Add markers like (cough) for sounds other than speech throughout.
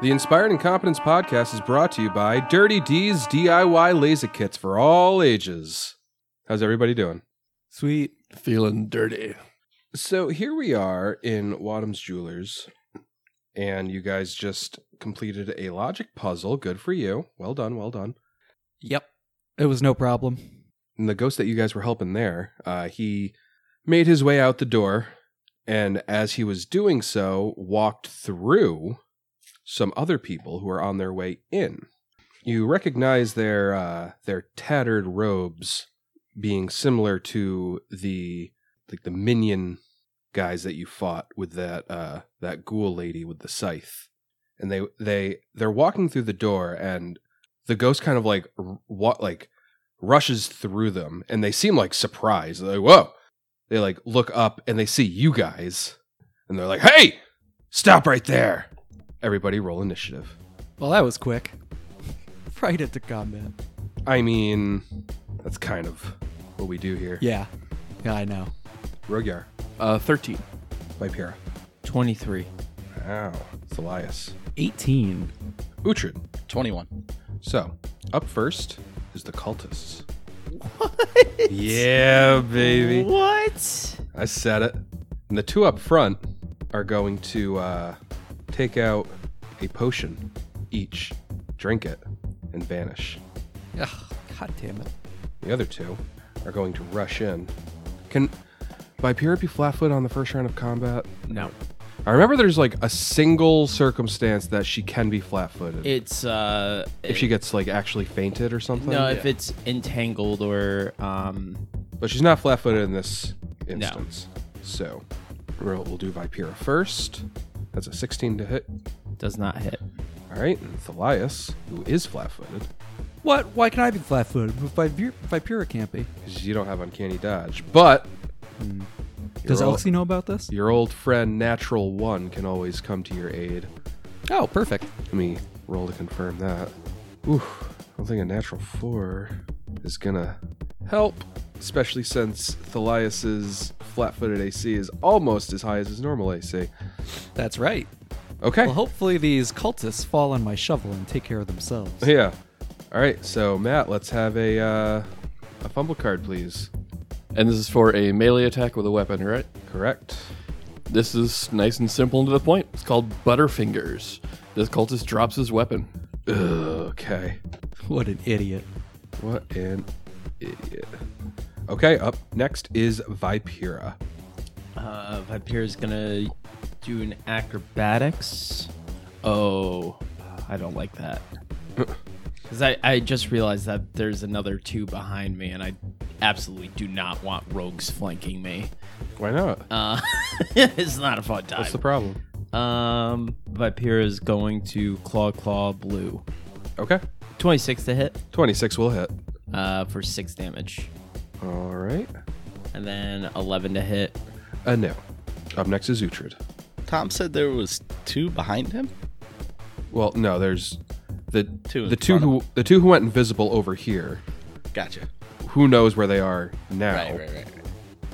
The Inspired Incompetence podcast is brought to you by Dirty D's DIY laser kits for all ages. How's everybody doing? Sweet. Feeling dirty. So here we are in Wadham's Jewelers, and you guys just completed a logic puzzle. Good for you. Well done. Well done. Yep. It was no problem. And the ghost that you guys were helping there, uh, he made his way out the door, and as he was doing so, walked through some other people who were on their way in. You recognize their uh, their tattered robes being similar to the like the minion guys that you fought with that uh, that ghoul lady with the scythe, and they they they're walking through the door, and the ghost kind of like r- what like rushes through them, and they seem like surprised. They're like whoa, they like look up and they see you guys, and they're like hey, stop right there. Everybody roll initiative. Well, that was quick. (laughs) Right into combat. I mean, that's kind of what we do here. Yeah. Yeah, I know. Rogyar, Uh, 13. Vipera. 23. Wow. Thalias. 18. Uhtred. 21. So, up first is the cultists. What? Yeah, baby. What? I said it. And the two up front are going to uh, take out a potion each, drink it, and vanish. Ugh, God damn it. The other two are going to rush in. Can Vipera be flatfoot on the first round of combat? No. I remember there's like a single circumstance that she can be flat-footed It's, uh. if she gets like actually fainted or something. No, if it's entangled or, um. but she's not flat-footed in this instance. So we'll, we'll do Vipera first. That's a 16 to hit. Does not hit. All right, and Thalias, who is flat-footed, What? Why can I be flat footed? If Viper- Vipera can't be. because you don't have uncanny dodge, but Does You're all- Elsie know about this? your old friend Natural One can always come to your aid. Oh, perfect. Let me roll to confirm that. Oof, I don't think a natural four is gonna help, especially since Thalias's flat-footed AC is almost as high as his normal AC. That's right. Okay. Well, hopefully these cultists fall on my shovel and take care of themselves. Yeah. All right. So Matt, let's have a uh, a fumble card, please. And this is for a melee attack with a weapon, right? Correct. This is nice and simple and to the point. It's called Butterfingers. This cultist drops his weapon. Okay. What an idiot. What an idiot. Okay. Up next is Vipera. Uh, Vipira's gonna do an acrobatics. Oh, I don't (laughs) like that. Because I, I just realized that there's another two behind me, and I absolutely do not want rogues flanking me. (laughs) Why not? Uh, Um, it's not a fun time. What's the problem? Um, Vipira is going to claw claw blue. Okay. Twenty six to hit, Twenty-six will hit. uh, for six damage, All right. and then eleven to hit. Uh, no. Up next is Uhtred. Tom said there was two behind him. Well, no, there's the Two in the two front who the two who went invisible over here. Gotcha. Who knows where they are now? Right, right, right, right.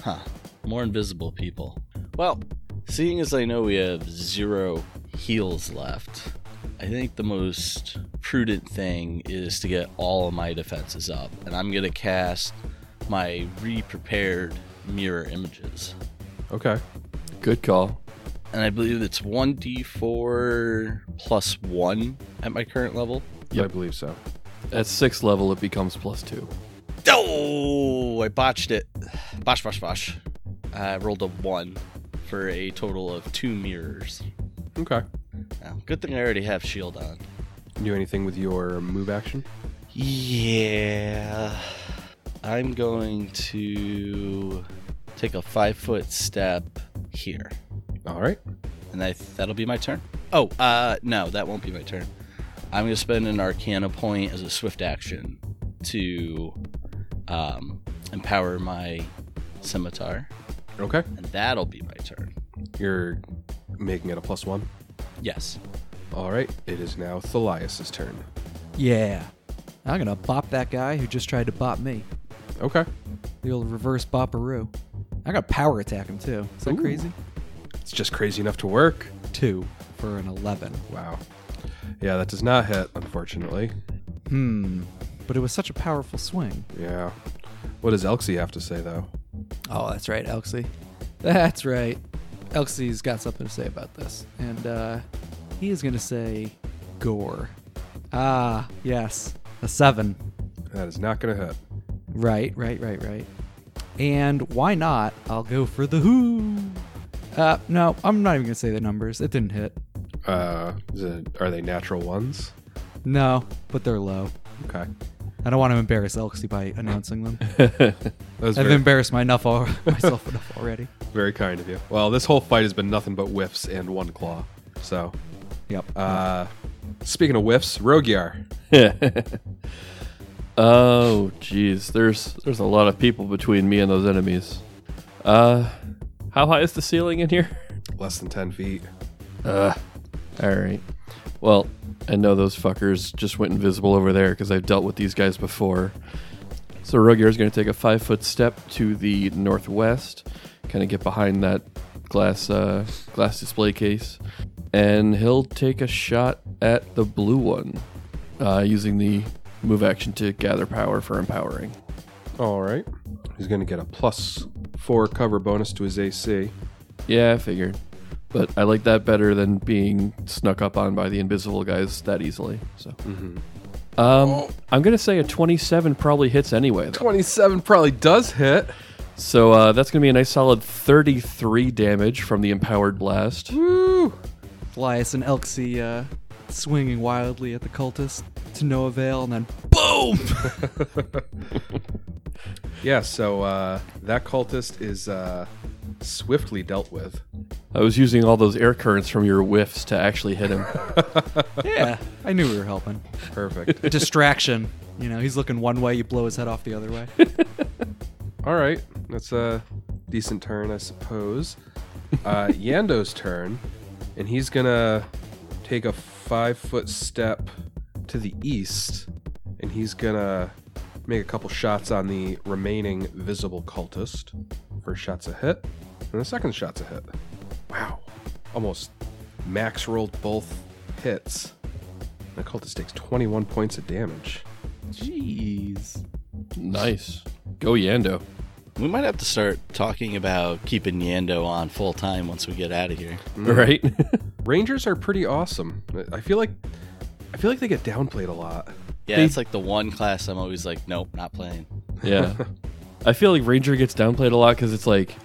Huh. More invisible people. Well, seeing as I know we have zero heals left, I think the most prudent thing is to get all of my defenses up, and I'm gonna cast my re-prepared mirror images. Okay. Good call. And I believe it's 1d4 plus 1 at my current level. I believe so. At sixth level, it becomes plus two. Oh, I botched it. Bosh, bosh, bosh. I rolled a one for a total of two mirrors. Okay. Oh, good thing I already have shield on. Do anything with your move action? Yeah. I'm going to take a five foot step here. All right. And I, that'll be my turn. Oh, uh, no, that won't be my turn. I'm going to spend an Arcana point as a swift action to um, empower my scimitar. Okay. And that'll be my turn. You're making it a plus one. Yes. All right. It is now Thalias's turn. Yeah. I'm gonna bop that guy who just tried to bop me. Okay. The old reverse bopperoo. I gotta power attack him too. Is that Ooh. crazy? It's just crazy enough to work. Two for an eleven. Wow. Yeah, that does not hit, unfortunately. Hmm. But it was such a powerful swing. Yeah. What does Elxie have to say, though? Oh, that's right, Elxie. That's right. Elxie's got something to say about this. And uh, he is going to say gore. Ah, yes. A seven. That is not going to hit. Right, right, right, right. And why not? I'll go for the who. Uh, no, I'm not even going to say the numbers. It didn't hit. Uh, is it, are they natural ones? No, but they're low. Okay. I don't want to embarrass Elxie by announcing (laughs) them. That was I've very, embarrassed my enough (laughs) al- myself enough already. very kind of you. Well, this whole fight has been nothing but whiffs and one claw. So, Yep. uh, speaking of whiffs, Rogiar. oh, jeez. There's there's a lot of people between me and those enemies. Uh, how high is the ceiling in here? (laughs) Less than 10 feet. All right. Well, I know those fuckers just went invisible over there because I've dealt with these guys before. So Rogier is going to take a five foot step to the northwest, kind of get behind that glass uh, glass display case, and he'll take a shot at the blue one uh, using the move action to gather power for empowering. All right. He's going to get a plus four cover bonus to his AC. Yeah, I figured. But I like that better than being snuck up on by the invisible guys that easily. So, um, I'm gonna say a 27 probably hits anyway. Though. 27 probably does hit. So uh, that's gonna be a nice solid 33 damage from the empowered blast. Elias and Elxie uh, swinging wildly at the cultist to no avail, and then boom! Yeah, so uh, that cultist is uh, swiftly dealt with. I was using all those air currents from your whiffs to actually hit him. (laughs) yeah, I knew we were helping. Perfect. Distraction. (laughs) You know, he's looking one way, you blow his head off the other (laughs) way. All right, that's a decent turn, I suppose. Uh, Yando's turn, and he's gonna take a five foot step to the east, and he's gonna make a couple shots on the remaining visible cultist. First shot's a hit, and the second shot's a hit. Wow, almost max rolled both hits. The cultist takes 21 points of damage. Jeez. nice, go Yando. We might have to start talking about keeping Yando on full time once we get out of here. Right? (laughs) Rangers are pretty awesome. I feel like I feel like they get downplayed a lot. Yeah, They- it's like the one class I'm always like, nope, not playing. yeah. (laughs) I feel like Ranger gets downplayed a lot because it's like.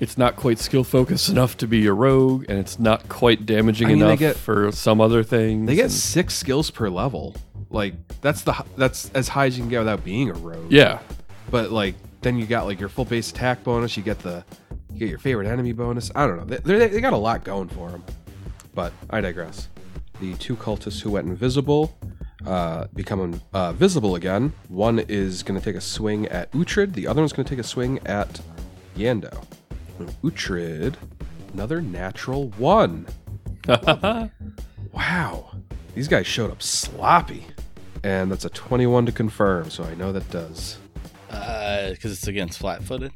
It's not quite skill focused enough to be a rogue, and it's not quite damaging I mean, they enough get- for some other things. They get and- six skills per level. Like that's the hi- that's as high as you can get without being a rogue. Yeah. But like then you got like your full base attack bonus. You get the you get your favorite enemy bonus. I don't know. They they, they got a lot going for them. But I digress. The two cultists who went invisible uh, become um, uh, visible again. One is going to take a swing at Uhtred. The other one's going to take a swing at Yando. And Uhtred, another natural one. Wow. These guys showed up sloppy. And that's a 21 to confirm, so I know that does. Because Uh, it's against flat footed.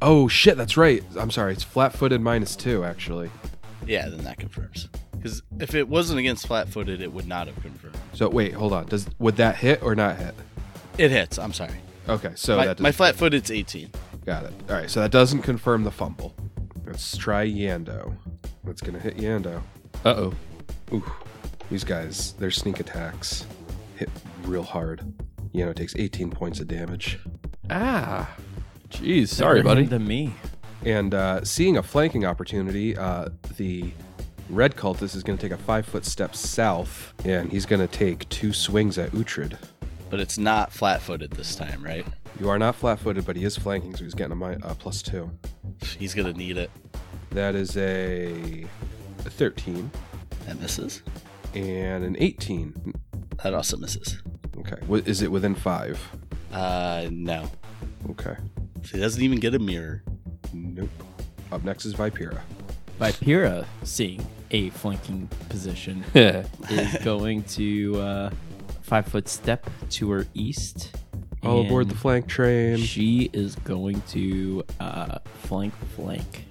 Oh shit, that's right. I'm sorry, it's flat footed minus two, actually. Yeah, then that confirms. Because if it wasn't against flat footed, it would not have confirmed. So wait, hold on. Does would that hit or not hit? It hits. I'm sorry. Okay, so my Oh, that does, my flat footed's 18. got it. Alright, so that doesn't confirm the fumble. Let's try Yando. That's gonna hit Yando. Uh oh. Ooh. These guys, their sneak attacks hit real hard. Yando takes 18 points of damage. Ah. Jeez. Sorry, buddy. Than me. And uh, seeing a flanking opportunity, uh, the red cultist is going to take a five foot step south, and he's going to take two swings at Uhtred. But it's not flat footed this time, right? You are not flat footed, but he is flanking, so he's getting a mi- uh, plus two. He's going to need it. That is a 13 That misses. and an 18. That also misses. Okay. Wh- Is it within five? Uh, no. Okay. He doesn't even get a mirror. Nope. Up next is Vipera. Vipira, seeing a flanking position, Yeah. is going to uh, five foot step to her east. All aboard the and flank train. She is going to uh, flank flank.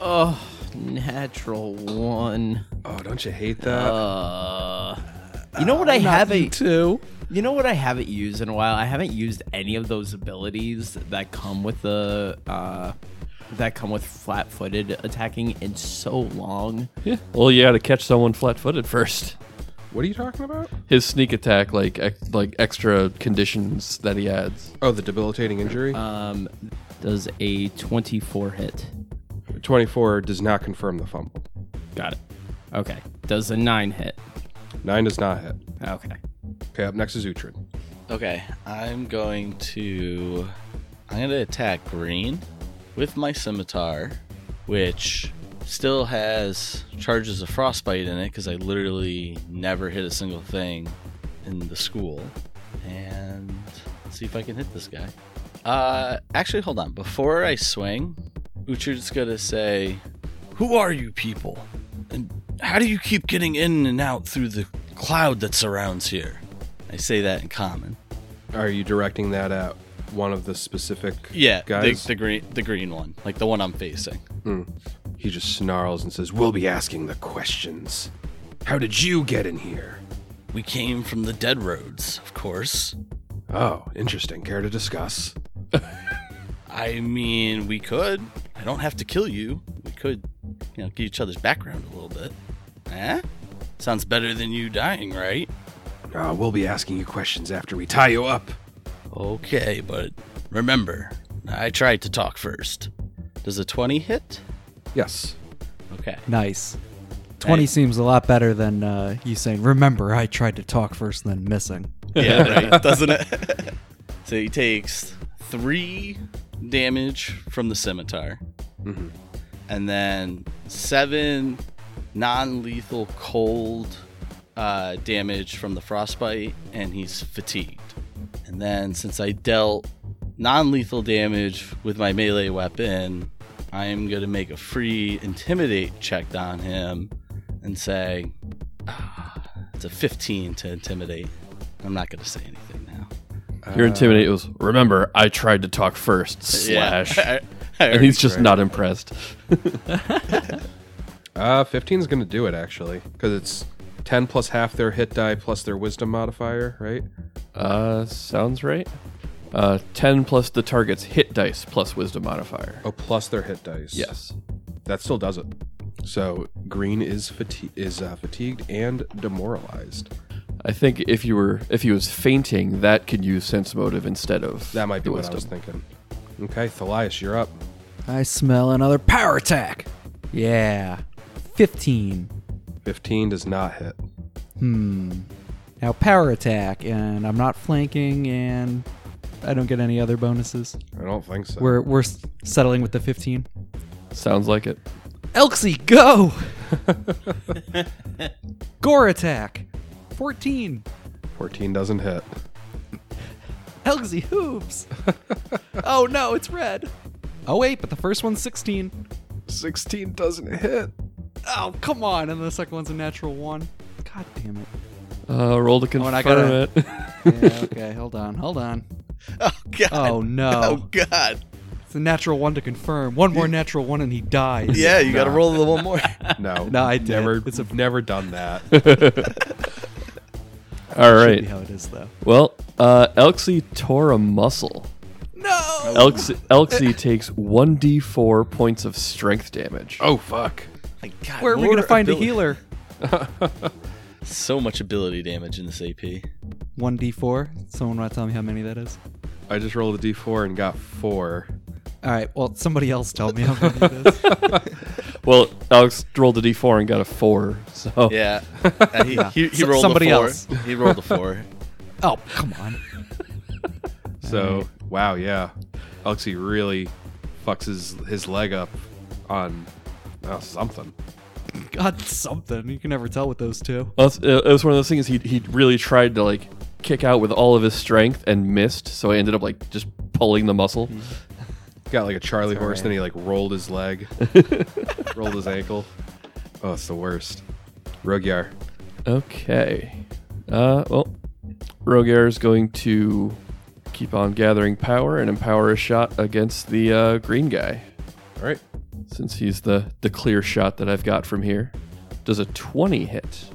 Oh, natural one. Oh, don't you hate that? Uh, You know what I haven't. Two. You know what I haven't used in a while. I haven't used any of those abilities that come with the uh, that come with flat-footed attacking in so long. Yeah. Well, you got to catch someone flat-footed first. What are you talking about? His sneak attack, like ex- like extra conditions that he adds. Oh, the debilitating injury. Uh. Um, does a twenty-four hit? 24 does not confirm the fumble. Got it. Okay. Does a nine hit? 9 does not hit. Okay. Okay, up next is Utrid. Okay, I'm going to I'm going to attack green with my scimitar, which still has charges of frostbite in it because I literally never hit a single thing in the school. And let's see if I can hit this guy. Uh, actually, hold on. Before I swing, Uchard's gonna say, "Who are you people? And how do you keep getting in and out through the cloud that surrounds here?" I say that in common. Are you directing that at one of the specific Yeah, the, guys? the green, the green one, like the one I'm facing. He just snarls and says, We'll be asking the questions. How did you get in here? We came from the dead roads, of course. Oh, interesting. Care to discuss? I mean, we could. I don't have to kill you. We could, you know, get each other's background a little bit. Eh? Sounds better than you dying, right? Uh, we'll be asking you questions after we tie you up. Okay, but remember, I tried to talk first. Does a 20 hit? Yes. Okay. Nice. 20 Hey. seems a lot better than uh, you saying, remember, I tried to talk first and then missing. (laughs) Yeah, right, doesn't it? so he takes three damage from the scimitar, Mm-hmm. Mhm. and then seven non-lethal cold uh, damage from the frostbite, and he's fatigued. And then since I dealt non-lethal damage with my melee weapon, I am gonna make a free intimidate check on him and say "Ah, it's a 15 to intimidate. I'm not gonna say anything now. Uh, Your intimidate was. Remember, I tried to talk first. (laughs) Slash. Yeah. (laughs) I and already he's just not impressed. Uh, 15's going to do it, actually, because it's 10 plus half their hit die plus their wisdom modifier, right? Uh, sounds right. Uh, ten plus the target's hit dice plus wisdom modifier. Oh, plus their hit dice. Yes. That still does it. So green is fati- is uh, fatigued and demoralized. I think if you were if he was fainting, that could use sense motive instead of That might be the what I was thinking. Okay, Thalias, you're up. I smell another power attack. Yeah. 15. 15 does not hit. Now, power attack, and I'm not flanking, and I don't get any other bonuses. I don't think so. We're, we're s- settling with the 15. Sounds like it. Elxie, go! Gore attack. 14. 14 doesn't hit. Elxie hooves. oh no, it's red. Oh wait, but the first one's 16. 16 doesn't hit. Oh, come on. And the second one's a natural one. God damn it. Uh, roll to Oh, confirm and I gotta- it. (laughs) (laughs) Yeah, okay, hold on, hold on. Oh god. Oh Oh no. god. It's a natural one to confirm. One more natural one and he dies. Yeah, you gotta roll the (laughs) one more. No, No, I did. never. It's a- never done (laughs) that. All Should be right. how it is though. Well, uh, Elxie tore a muscle. No! Elxie, (laughs) Elxie takes one d4 points of strength damage. oh fuck! My god. Where are we more gonna find a ability- healer? So much ability damage in this AP. 1d4. Someone wanna tell me how many that is? I just rolled a d4 and got four. Alright, well somebody else tell me how many (laughs) it is. Well, Alex rolled a d4 and got a four. (laughs) So (laughs) Yeah. Uh, he, he, S- he rolled somebody a four. else. He rolled a four. (laughs) Oh, come on. So wow, yeah. Elxie really fucks his his leg up on uh, something. God something. You can never tell with those two. Well, it's- it was one of those things he he really tried to like kick out with all of his strength and missed. So I ended up like just pulling the muscle. Mm-hmm. Got like a Charlie horse, alright. then he like rolled his (laughs) leg, rolled his ankle. Oh, it's the worst. Rogyar. Okay. Uh, well, Rogar is going to keep on gathering power and empower a shot against the uh, green guy, All right. since he's the, the clear shot that I've got from here. Does a 20 hit?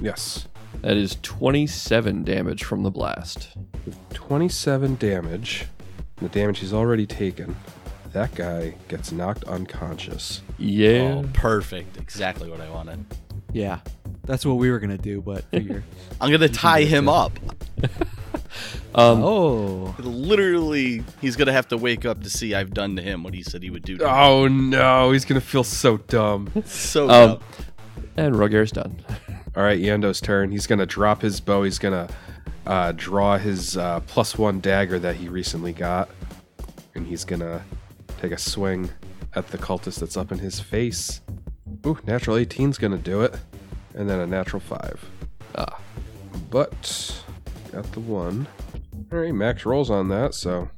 Yes. That is 27 damage from the blast. 27 damage. The damage he's already taken. That guy gets knocked unconscious. Yeah. Oh, perfect. Exactly what I wanted. Yeah. That's what we were gonna do, but figure. (laughs) I'm gonna tie him up. Um, oh. Literally, he's gonna have to wake up to see I've done to him what he said he would do. Ah. To him. Oh no, he's gonna feel so dumb. So Um, dumb. and Roger's done. (laughs) All right, Yando's turn. He's gonna drop his bow. He's gonna uh, draw his uh, plus one dagger that he recently got, and he's gonna take a swing at the cultist that's up in his face. Ooh, natural 18's gonna do it, and then a natural five. Ah. But got the one. All right, max rolls on that, so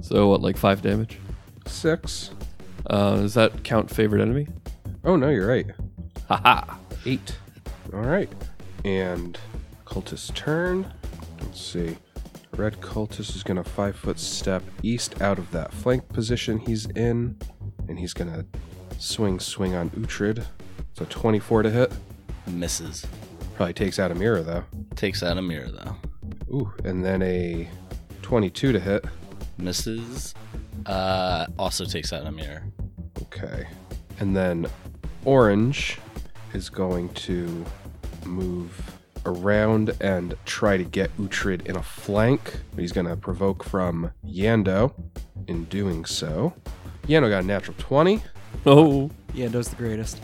So what, like five damage? six. Uh, does that count favorite enemy? Oh no, you're right. Haha. Eight. All right. And cultist turn. Let's see. Red cultist is going to five foot step east out of that flank position he's in. And he's going to swing, swing on Uhtred. It's a 24 to hit. Misses. Probably takes out a mirror, though. Takes out a mirror though. Ooh, and then a 22 to hit. Misses. Uh, also takes out a mirror. Okay. And then Orange is going to move around and try to get Uhtred in a flank. He's going to provoke from Yando in doing so. Yando got a natural 20. Oh. Yendo's the greatest.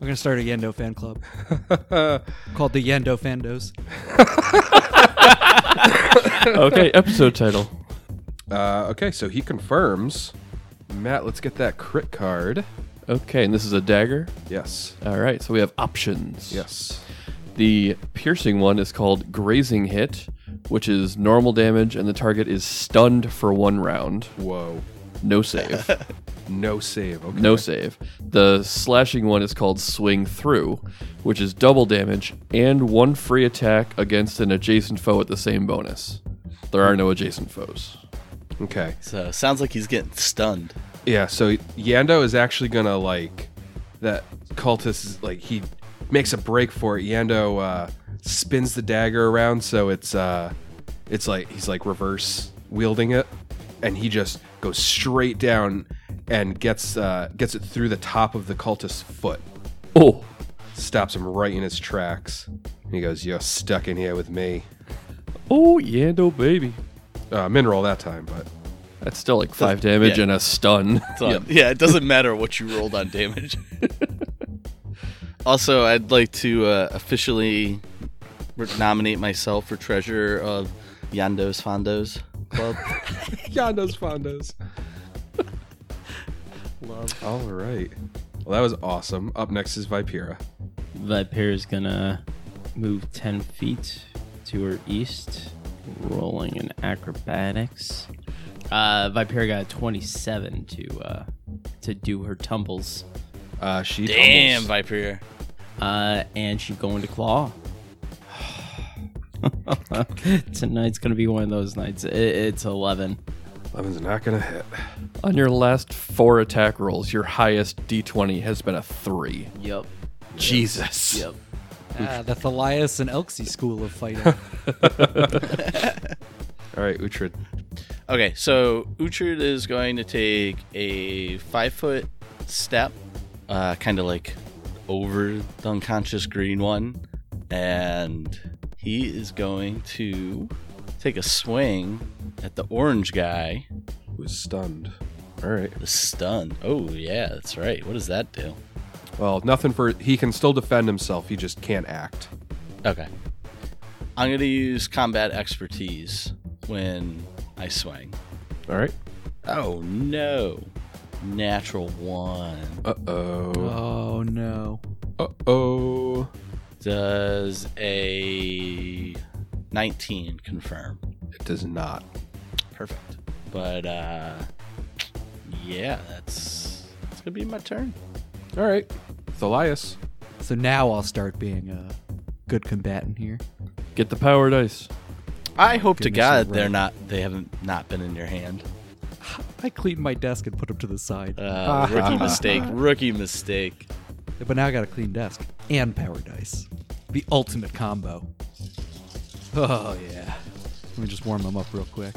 I'm gonna start a Yendo fan (laughs) club called the Yendo Fandos. Okay, episode title. Uh, okay, so he confirms. Matt, let's get that crit card. Okay, and this is a dagger. Yes. All right, so we have options. Yes. The piercing one is called grazing hit, which is normal damage, and the target is stunned for one round. Whoa. No save. No save. Okay. (laughs) no save. The slashing one is called swing through, which is double damage and one free attack against an adjacent foe at the same bonus. There are no adjacent foes. Okay. So sounds like he's getting stunned. Yeah, so Yando is actually gonna like that cultist is like he makes a break for it. Yando uh, spins the dagger around so it's uh it's like he's like reverse wielding it and he just goes straight down and gets uh gets it through the top of the cultist's foot. Oh, Stops him right in his tracks. And he goes, You're stuck in here with me. oh, Yando baby. Uh mineral that time, but That's still like five damage yeah. and a stun. So, Yeah, it doesn't matter what you rolled on damage. (laughs) also, I'd like to uh, officially re- nominate myself for treasurer of Yandos Fondos (laughs) Club. Yando's fondos. (laughs) Love. All right. Well, that was awesome. Up next is Vipera. Viper is gonna move 10 feet to her east, rolling in acrobatics. Uh, Viper got a 27 to uh, to do her tumbles, Uh, she Damn, tumbles. Viper. uh, and she's going to claw. (sighs) Tonight's gonna be one of those nights. I- it's 11. Levin's not gonna hit. On your last four attack rolls, your highest d20 has been a three. Yep. Jesus. Yep. Ah, the Thalias and Elxie school of fighting. All right, Uhtred. Okay, so Uhtred is going to take a five foot step, uh, kind of like over the unconscious green one, and he is going to take a swing at the orange guy. Was stunned. All right. The stun. Oh yeah, that's right. What does that do? Well, nothing for. He can still defend himself. He just can't act. Okay. I'm gonna use combat expertise when I swing. All right. Oh no. Natural one. Uh oh. (laughs) oh no. Uh oh. Does a 19 confirm? It does not. Perfect. But uh yeah, that's it's gonna be my turn. All right. Thalias. So now I'll start being a good combatant here. Get the power dice. I hope to goodness, you're God they're right. not they haven't not been in your hand. I cleaned my desk and put them to the side. (laughs) Uh, rookie mistake. Rookie mistake. But now I got a clean desk and power dice. The ultimate combo. Oh, yeah. Let me just warm them up real quick.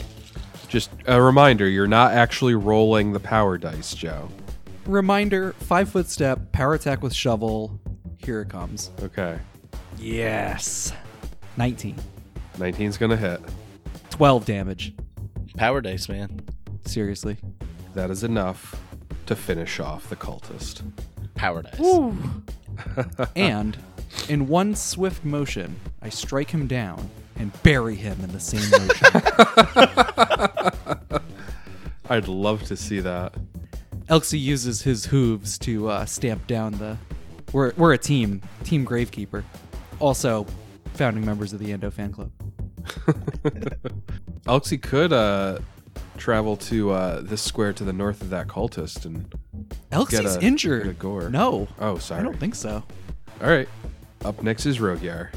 Just a reminder, you're not actually rolling the power dice, Joe. Reminder five foot step, power attack with shovel. Here it comes. Okay. Yes. 19. 19's going to hit. 12 damage. Power dice, man. Seriously. That is enough to finish off the cultist. Power dice. and in one swift motion, I strike him down and bury him in the same motion. I'd love to see that. Elxie uses his hooves to uh, stamp down the. We're, we're a team, Team Gravekeeper. Also, founding members of the Endo Fan Club. Elxie could uh, travel to uh, this square to the north of that cultist and. Elxie's a- injured. get a gore. No. Oh, sorry. I don't think so. All right. Up next is Rogyar.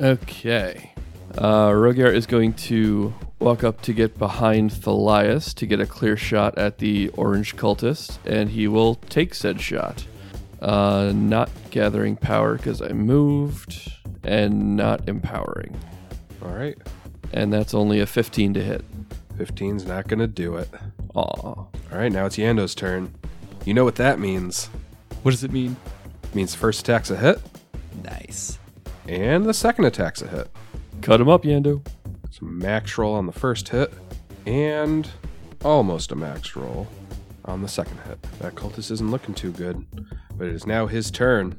Okay. Uh, Rogar is going to walk up to get behind Thalias to get a clear shot at the orange cultist, and he will take said shot. Uh, not gathering power because I moved, and not empowering. All right. And that's only a 15 to hit. 15's not going to do it. Aw. All right, now it's Yando's turn. You know what that means. What does it mean? means first attack's a hit, Nice. and the second attack's a hit. Cut him up, Yando. It's a max roll on the first hit, and almost a max roll on the second hit. That cultist isn't looking too good, but it is now his turn.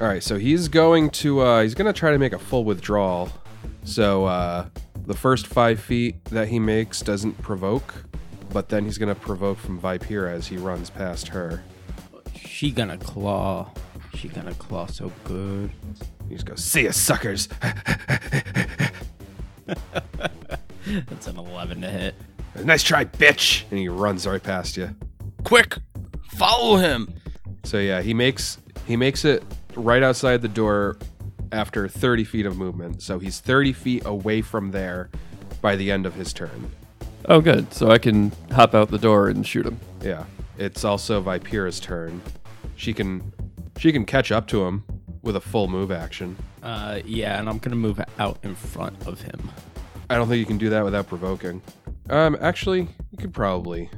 All right, so he's going to uh, he's going to try to make a full withdrawal. So uh, the first five feet that he makes doesn't provoke, but then he's going to provoke from Vipera as he runs past her. She gonna claw. She gonna claw so good. He just goes, "See ya, suckers!" (laughs) That's an 11 to hit. nice try, bitch! And he runs right past you. Quick, follow him. So yeah, he makes he makes it right outside the door after 30 feet of movement. So he's 30 feet away from there by the end of his turn. Oh, good. So I can hop out the door and shoot him. Yeah. It's also Vipera's turn. She can she can catch up to him with a full move action. Uh, yeah, and I'm gonna move out in front of him. I don't think you can do that without provoking. Um actually, you could probably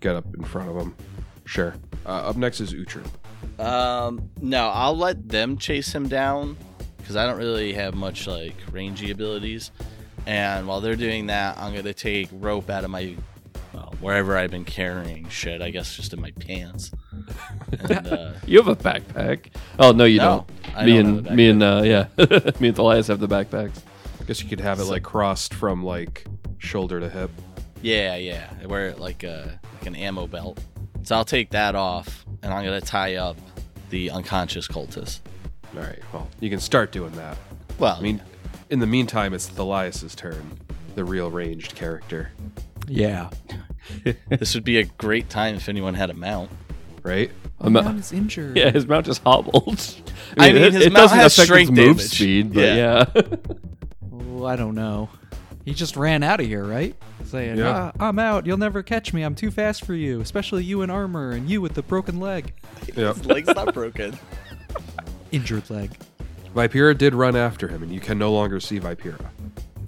get up in front of him. Sure. Uh, up next is Utrin. Um, no, I'll let them chase him down because I don't really have much like rangy abilities. And while they're doing that, I'm gonna take rope out of my well, wherever I've been carrying shit. I guess just in my pants. And, (laughs) uh, You have a backpack. Oh, no, you No, don't. I me don't and have a me and uh, yeah, (laughs) me and Thalias have the backpacks. Guess you could have it like crossed from like shoulder to hip. yeah, yeah, I wear it like a like an ammo belt. So I'll take that off, and I'm gonna tie up the unconscious cultist. All right. Well, you can start doing that. Well, I mean, in the meantime, it's Thalias's turn, the real ranged character, Yeah. this would be a great time if anyone had a mount. right? I'm, Man is injured. (laughs) Yeah, his mount just hobbled. (laughs) I mean, his mount has strength move damage. speed, but yeah. (laughs) Oh, I don't know. He just ran out of here, right? Saying, Yeah. "Ah, I'm out. You'll never catch me. I'm too fast for you, especially you in armor and you with the broken leg. Yep. Leg's not broken. Injured leg. Vipera did run after him, and you can no longer see Vipera.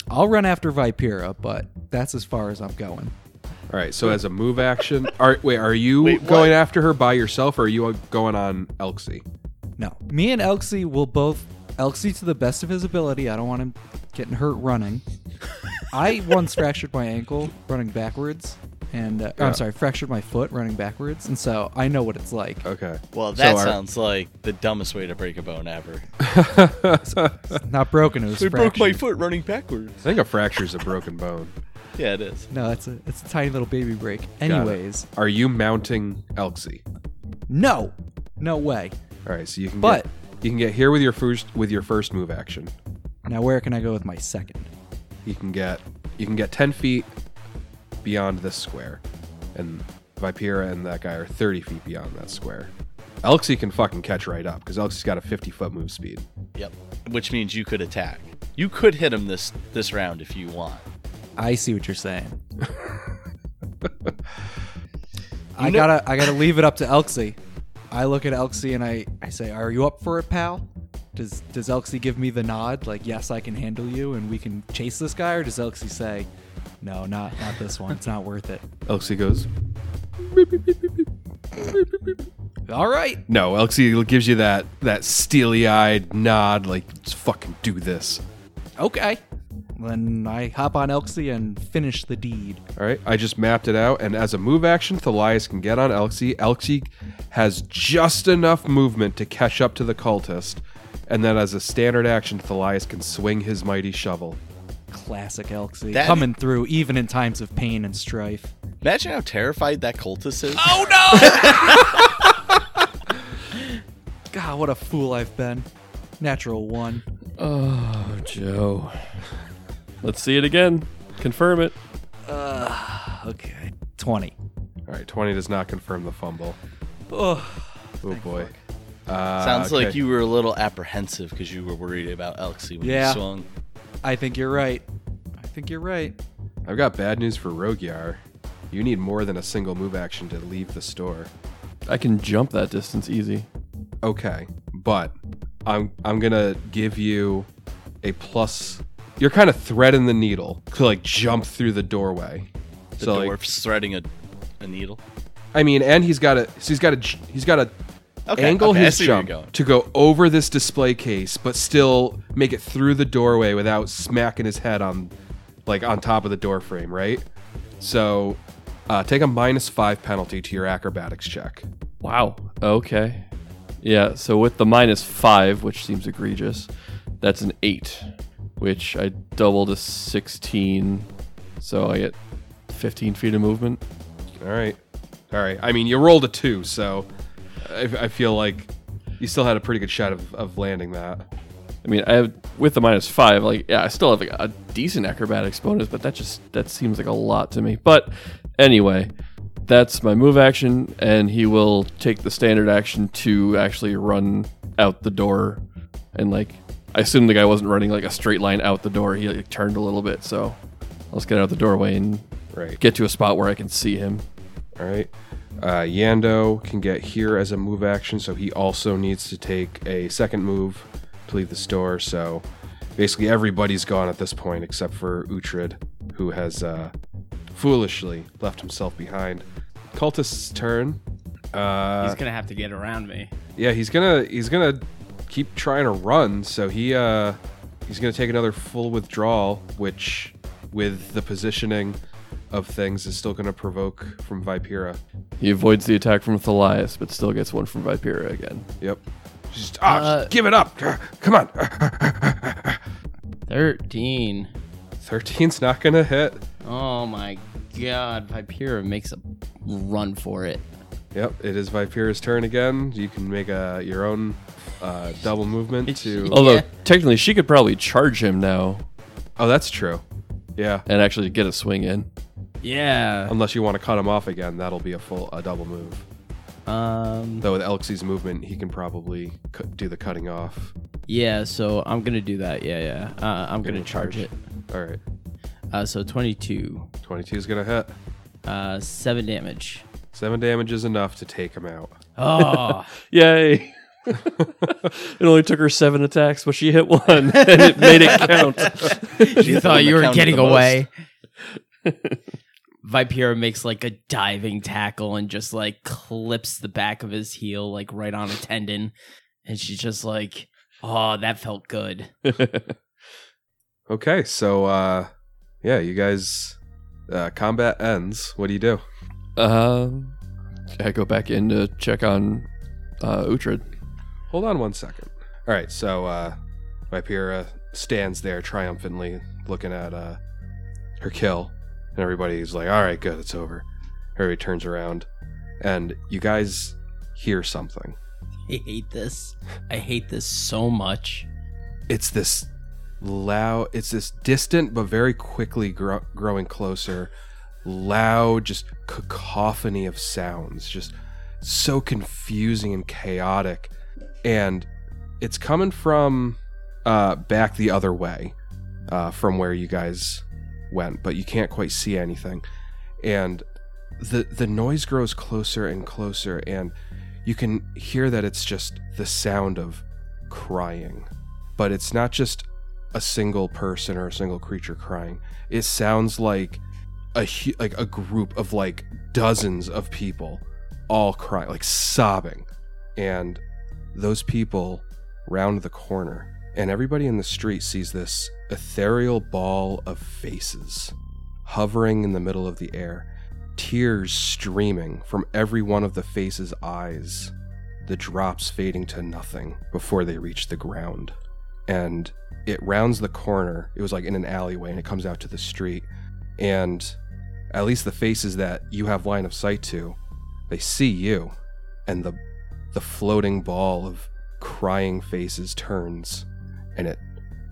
I'll run after Vipera, but that's as far as I'm going. All right. So as a move action, are wait, are you Wait, what? going after her by yourself, or are you going on Elxie? No. Me and Elxie will both. Elxie, to the best of his ability, I don't want him getting hurt running. I once fractured my ankle running backwards, and uh, I'm sorry, fractured my foot running backwards, and so I know what it's like. Okay. (laughs) Well, that So are- sounds like the dumbest way to break a bone ever. Not broken, it was fractured. (laughs) foot running backwards. I think a fracture's a broken bone. Yeah, it is. No, it's a it's a tiny little baby break. it. Anyways, Are you mounting Elxie? no, no way. All right. So you can. But- get, you can get here with your first with your first move action. Now where can I go with my second? You can get you can get ten feet beyond this square, and Vipera and that guy are thirty feet beyond that square. Elxie can fucking catch right up because Elxie's got a fifty foot move speed. Yep. Which means you could attack. You could hit him this this round if you want. I see what you're saying. I gotta I gotta leave it up to Elxie. I look at Elxie and I I say, "Are you up for it, pal?" Does does Elxie give me the nod, like yes, I can handle you, and we can chase this guy, or does Elxie say, no, not not this one, it's not worth it? Elxie goes. All right, No, Elxie gives you that that steely-eyed nod, like let's fucking do this. okay. Then I hop on Elxie and finish the deed. All right, I just mapped it out, and as a move action, Thalias can get on Elxie. Elxie has just enough movement to catch up to the cultist, and then as a standard action, Thalias can swing his mighty shovel. Classic Elxie, That- coming through even in times of pain and strife. Imagine how terrified that cultist is. Oh no! Oh, (laughs) God, what a fool I've been. Natural one. Oh, Joe. Let's see it again. Confirm it. Okay, twenty. All right, twenty does not confirm the fumble. Ugh. Oh boy. Sounds like okay. you were a little apprehensive because you were worried about Elxie when Yeah. you swung. I think you're right. I think you're right. I've got bad news for Rogiar. You need more than a single move action to leave the store. I can jump that distance easy. Okay, but I'm I'm gonna give you a plus. You're kind of threading the needle to like jump through the doorway. The so like, dwarf's threading a, a needle. I mean, and he's got to so he's got to j- he's got to Okay, angle okay, I his see where you're jump going. to go over this display case, but still make it through the doorway without smacking his head on like on top of the door frame, right? So uh, take a minus five penalty to your acrobatics check. Wow. Okay. Yeah, so with the minus five, which seems egregious, that's an eight, which I double to 16. So I get 15 feet of movement. All right, all right. I mean, you rolled a two, so I, I feel like you still had a pretty good shot of, of landing that. I mean, I have with the minus five, like yeah, I still have like a decent acrobatics bonus, but that just that seems like a lot to me. But anyway, that's my move action, and he will take the standard action to actually run out the door, and like I assume the guy wasn't running like a straight line out the door. He like, turned a little bit, so let's get out the doorway and Right. get to a spot where I can see him. All right. Uh, Yando can get here as a move action, so he also needs to take a second move to leave the store. So basically, everybody's gone at this point except for Uhtred, who has uh, foolishly left himself behind. Cultist's turn. Uh, He's gonna have to get around me. yeah, he's gonna he's gonna keep trying to run. So he uh, he's gonna take another full withdrawal, which with the positioning of things is still gonna provoke from Vipera. He avoids the attack from Thalias, but still gets one from Vipera again. Yep. Just, ah, just give it up. Come on. Ah, 13. 13's not going to hit. Oh my god, Vipera makes a run for it. Yep, it is Vipera's turn again. You can make a, your own uh, double movement to. Oh. Although Yeah. technically, she could probably charge him now that's true. Yeah. and actually get a swing in. Yeah. Unless you want to cut him off again, that'll be a full a double move. Um Though with Elxie's movement, he can probably cut do the cutting off. yeah, so I'm going to do that. Yeah, yeah. Uh, I'm going to charge it. All right, Uh so 22. 22 is gonna hit. Uh 7 (laughs) damage. Seven damage is enough to take him out. Oh. (laughs) Yay! it only took her seven attacks, but she hit one, (laughs) and it made it count. you the one thought you that were counted getting the (laughs) most. away. Vipera makes like a diving tackle and just like clips the back of his heel like right on a tendon, and she's just like, "Oh, that felt good." Okay, so uh, yeah, you guys, uh, combat ends. What do you do? (laughs) Um, I go back in to check on uh, Uhtred. Hold on one second. All right, so uh, Vipera stands there triumphantly, looking at uh, her kill, and everybody's like, "All right, good, it's over." Everybody turns around, and you guys hear something. I hate this. I hate this so much. It's this loud. It's this distant but very quickly gro- growing closer, loud, just cacophony of sounds. Just so confusing and chaotic, and it's coming from uh, back the other way uh, from where you guys went, but you can't quite see anything. And the the noise grows closer and closer, and you can hear that it's just the sound of crying, but it's not just a single person or a single creature crying. It sounds like a hu- like a group of like dozens of people all crying, like sobbing, and those people round the corner, and everybody in the street sees this ethereal ball of faces hovering in the middle of the air tears streaming from every one of the face's eyes, the drops fading to nothing before they reach the ground. And it rounds the corner. It was like in an alleyway and it comes out to the street. And at least the faces that you have line of sight to, they see you. And the the floating ball of crying faces turns and it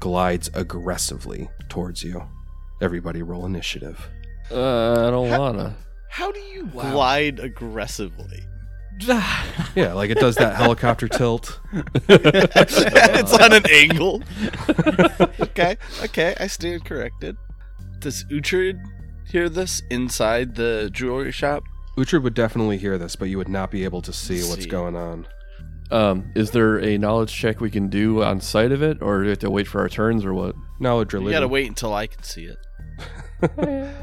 glides aggressively towards you. Everybody roll initiative. Uh, I don't Ha- wanna. How do you Wow. glide aggressively? Yeah, like it does (laughs) that helicopter tilt. it's on an angle. (laughs) okay, okay, I stand corrected. Does Uhtred hear this inside the jewelry shop? Uhtred would definitely hear this, but you would not be able to see what's See. going on. Um, is there a knowledge check we can do on sight of it, or do we have to wait for our turns, or (laughs) what? Knowledge religion. You gotta wait until I can see it. Uh,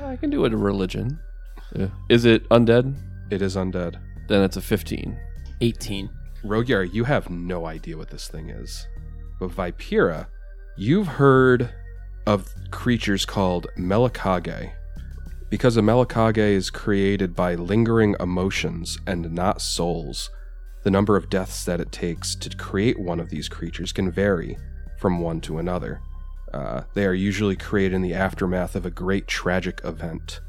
I, I can do it. in Religion. Yeah. Is it undead? It is undead. Then it's a fifteen. 18. Rogier, you have no idea what this thing is. But Vipera, you've heard of creatures called Melikage. Because a Melikage is created by lingering emotions and not souls, the number of deaths that it takes to create one of these creatures can vary from one to another. Uh, they are usually created in the aftermath of a great tragic event.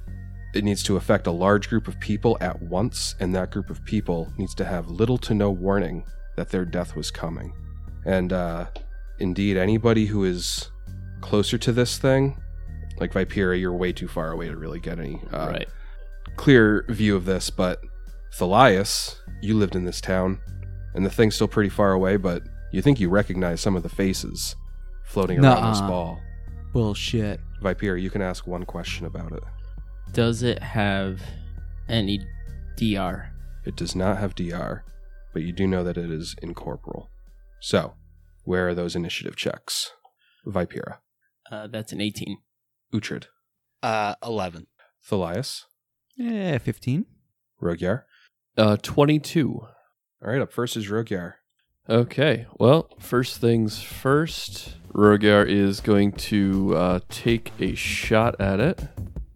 it needs to affect a large group of people at once, and that group of people needs to have little to no warning that their death was coming. And uh, indeed, anybody who is closer to this thing, like Vipera, you're way too far away to really get any uh, right. clear view of this. But Thalias, you lived in this town, and the thing's still pretty far away, but you think you recognize some of the faces floating around this Nuh-uh. ball. (sighs) Bullshit. Vipera, you can ask one question about it. Does it have any DR? It does not have DR, but you do know that it is incorporeal. So, where are those initiative checks? Vipera, Uh, that's an 18. Uhtred, Uh, 11. Thalias, Yeah, 15. Rogyar. Uh, twenty-two. All right, up first is Rogyar. Okay. Well, first things first, Rogar is going to uh, take a shot at it.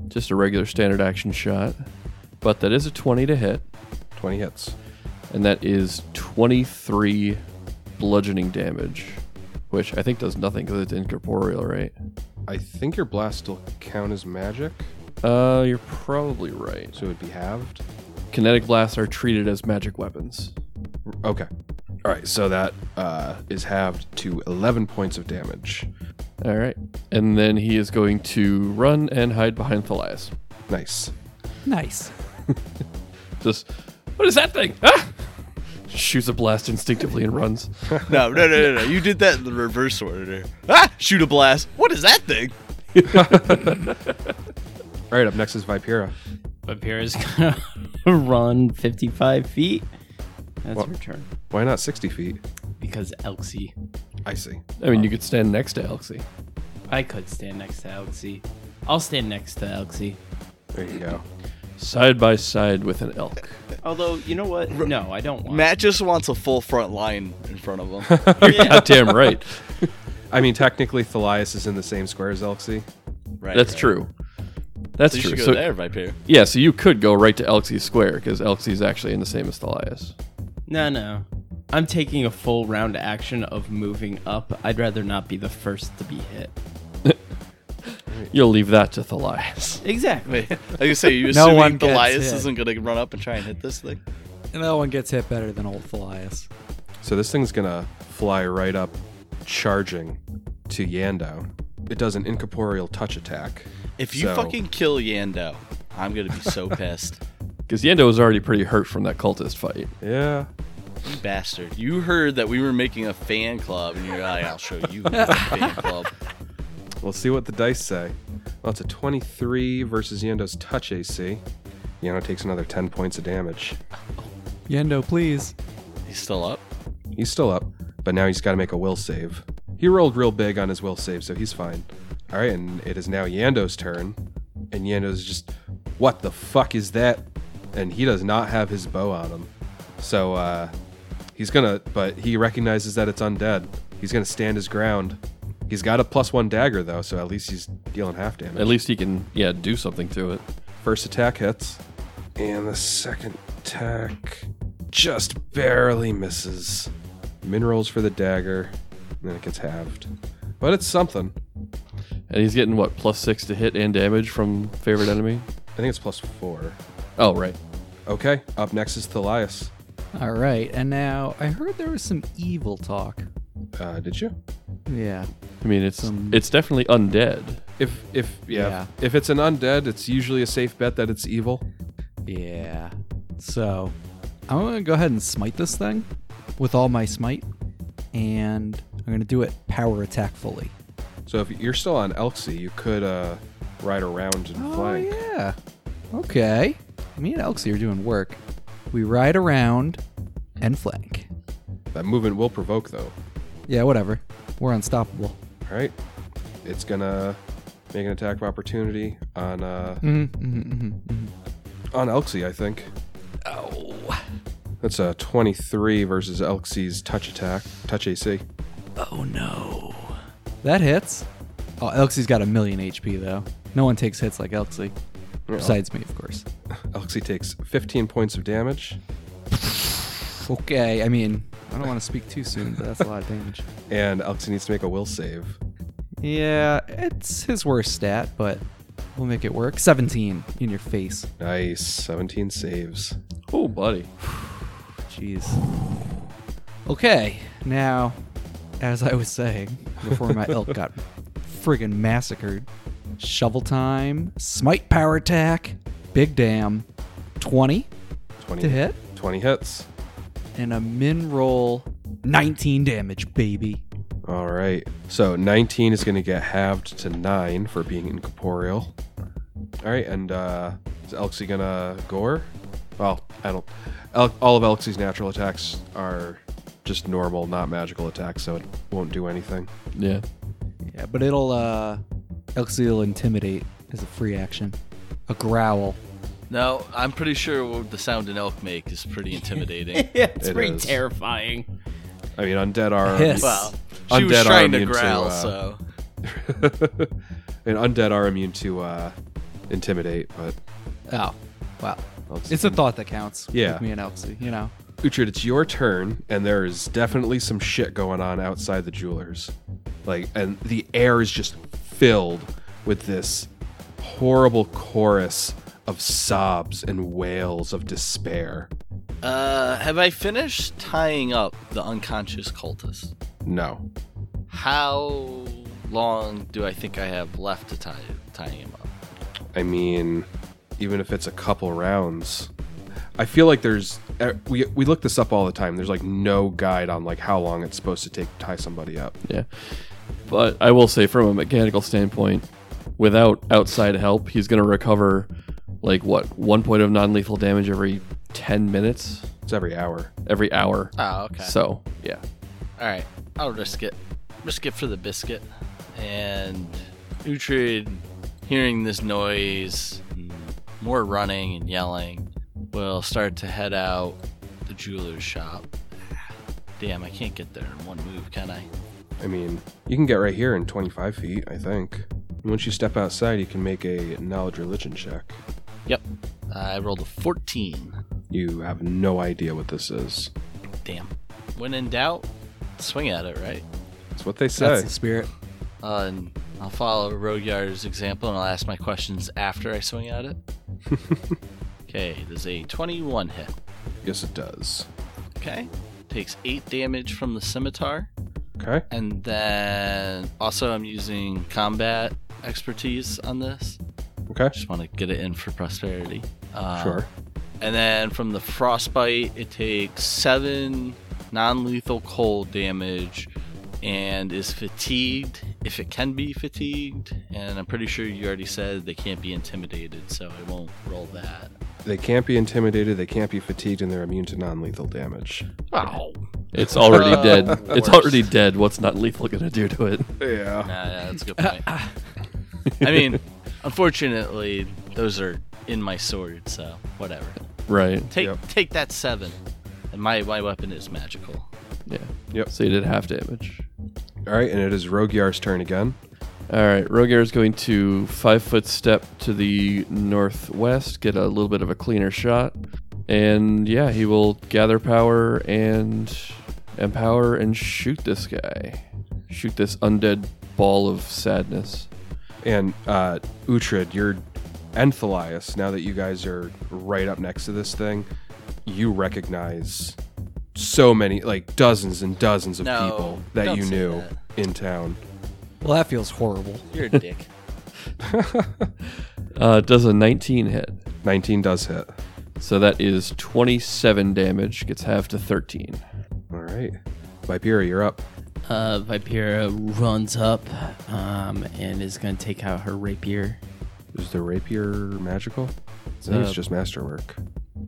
Just a regular standard action shot. But that is a 20 to hit, 20 hits. and that is 23 bludgeoning damage, which I think does nothing because it's incorporeal, right? I think your blast still count as magic, Uh, you're probably right. so it would be halved. Kinetic blasts are treated as magic weapons. Okay. All right, so that uh, is halved to 11 points of damage. All right. And then he is going to run and hide behind Thalias. Nice. Nice. just what is that thing? Ah! Shoots a blast instinctively and runs. No, no, no, no, no. You did that in the reverse order. Ah! Shoot a blast. What is that thing? All right, up next is Vipera. Vampira's (laughs) gonna run 55 feet. That's her turn. Why not 60 feet? Because Elxie. I see. I mean, you could stand next to Elxie. I could stand next to Elxie. I'll stand next to Elxie. There you go. Side by side with an elk. Although, you know what? No, I don't want Matt just wants a full front line in front of him. (laughs) Goddamn right. I mean, technically, Thalias is in the same square as Elxie. Right, That's right. true. That's So you true. should go So, there, Viper. yeah, so you could go right to Elxie's square because Elxie's actually in the same as Thalias. (laughs) No, no. I'm taking a full round action of moving up. I'd rather not be the first to be hit. You'll leave that to Thalias. (laughs) Exactly. Wait, I was say, you No assuming one gets Elias hit. isn't going to run up and try and hit this thing? No one gets hit better than old Thalias. So this thing's gonna fly right up, charging to Yando. It does an incorporeal touch attack. If you So- fucking kill Yando, I'm going to be so pissed. Because Yendo was already pretty hurt from that cultist fight. Yeah. You bastard. You heard that we were making a fan club, and you're like, I'll show you a fan club. We'll see what the dice say. Well, it's a 23 versus Yando's touch AC. Yando takes another 10 points of damage. Yendo, please. He's still up. He's still up. but now he's got to make a will save. He rolled real big on his will save, so he's fine. All right, and it is now Yando's turn, and Yando's just, what the fuck is that? And he does not have his bow on him, so uh, he's gonna. But he recognizes that it's undead. He's gonna stand his ground. He's got a plus one dagger though, so at least he's dealing half damage. At least he can, yeah, do something to it. First attack hits. And the second attack just barely misses. Minerals for the dagger. And then it gets halved. But it's something. And he's getting what plus six to hit and damage from favorite enemy. I think it's plus four. Oh right, Okay, up next is Thelias. All right, and now I heard there was some evil talk. Uh, did you? Yeah. I mean it's Um, Some- it's definitely undead. If if yeah, Yeah. if it's an undead, it's usually a safe bet that it's evil. Yeah. So I'm going to go ahead and smite this thing with all my smite, and I'm going to do it power attack fully. So if you're still on Elxie, you could uh, ride around and flank. Oh, yeah. Okay. Me and Elxie are doing work. We ride around and flank. That movement will provoke though. Yeah, whatever. We're unstoppable. All right, it's gonna make an attack of opportunity on uh, Mm-hmm, on Elxie, I think. Oh. That's a 23 versus Elxie's touch attack, touch AC. Oh, no. That hits. Oh, Elxie's got a million HP, though. No one takes hits like Elxie. Besides me, of course. Elxie takes 15 points of damage, Okay, I mean, I don't want to speak too soon, but that's a lot of damage. and Elxie needs to make a will save. Yeah, it's his worst stat, but we'll make it work. 17 in your face. Nice, 17 saves. Oh buddy, Jeez. Okay, now, as I was saying before my elk got friggin' massacred, shovel time, smite power attack, big damn, 20 20 to hit, 20 hits. and a min roll 19 damage, baby. All right. So 19 is going to get halved to 9 for being incorporeal. All right, and uh, is Elxie going to gore? Well, I don't. El- all of Elxie's natural attacks are just normal, not magical attacks, so it won't do anything. yeah. Yeah, but it'll uh Elxie will intimidate as a free action. A growl. No, I'm pretty sure what the sound an elk make is pretty intimidating. (laughs) Yeah, it's It pretty is. terrifying. I mean, undead (laughs) are Hiss. well, Uh, she Undead was are trying to immune to, growl, uh, so and undead are immune to uh, intimidate, but Oh. Wow. Elxie It's a thought that counts. Yeah. With me and Elxie, you know. Uhtred, it's your turn, and there is definitely some shit going on outside the jewelers. Like, and the air is just filled with this horrible chorus of sobs and wails of despair. Uh, have I finished tying up the unconscious cultist? No. How long do I think I have left to tie tying him up? I mean, even if it's a couple rounds, I feel like there's eh, we we look this up all the time. There's like no guide on like how long it's supposed to take to tie somebody up. Yeah. But I will say, from a mechanical standpoint, without outside help, he's going to recover like what one point of non-lethal damage every ten minutes, It's every hour. every hour. Oh, okay. So yeah, All right, I'll risk it. Risk it for the biscuit. And Uhtred, hearing this noise, and more running and yelling, will start to head out the jeweler's shop. Damn, I can't get there in one move, can I? I mean, you can get right here in 25 feet, I think. And Once you step outside, you can make a knowledge religion check. Yep. I rolled a 14. You have no idea what this is. Damn. When in doubt, swing at it, right? That's what they That's say. the spirit. Uh, and I'll follow Rogyard's example and I'll ask my questions after I swing at it. okay, there's a 21 hit. Yes, it does. Okay. Takes eight damage from the scimitar. Okay. And then also, I'm using combat expertise on this. Okay. Just want to get it in for prosperity. Uh, Sure. And then from the frostbite, it takes seven non lethal cold damage and is fatigued if it can be fatigued. And I'm pretty sure you already said they can't be intimidated, so I won't roll that. They can't be intimidated, they can't be fatigued, and they're immune to non lethal damage. Wow. It's already Oh, dead. It's worse. already dead. What's not lethal gonna do to it? Yeah. Nah, yeah, that's a good (laughs) point. I mean, unfortunately, those are in my sword, so whatever. Right. Take Yep. take that seven. And my, my weapon is magical. Yeah. Yep. So you did half damage. All right, and it is Rogiar's turn again. All right, Rogar is going to five foot step to the northwest, get a little bit of a cleaner shot, and yeah, he will gather power and empower and shoot this guy, shoot this undead ball of sadness. And uh, Uhtred, you're Enthelias. Now that you guys are right up next to this thing, you recognize so many, like dozens and dozens of No, people that don't you say knew that. in town. Well, that feels horrible. You're a dick. Uh, does a 19 hit, 19 does hit. so that is 27 damage, gets half to 13. All right. Vipera, you're up. Uh, Vipera runs up um, and is going to take out her rapier. Is the rapier magical? I think it's just masterwork.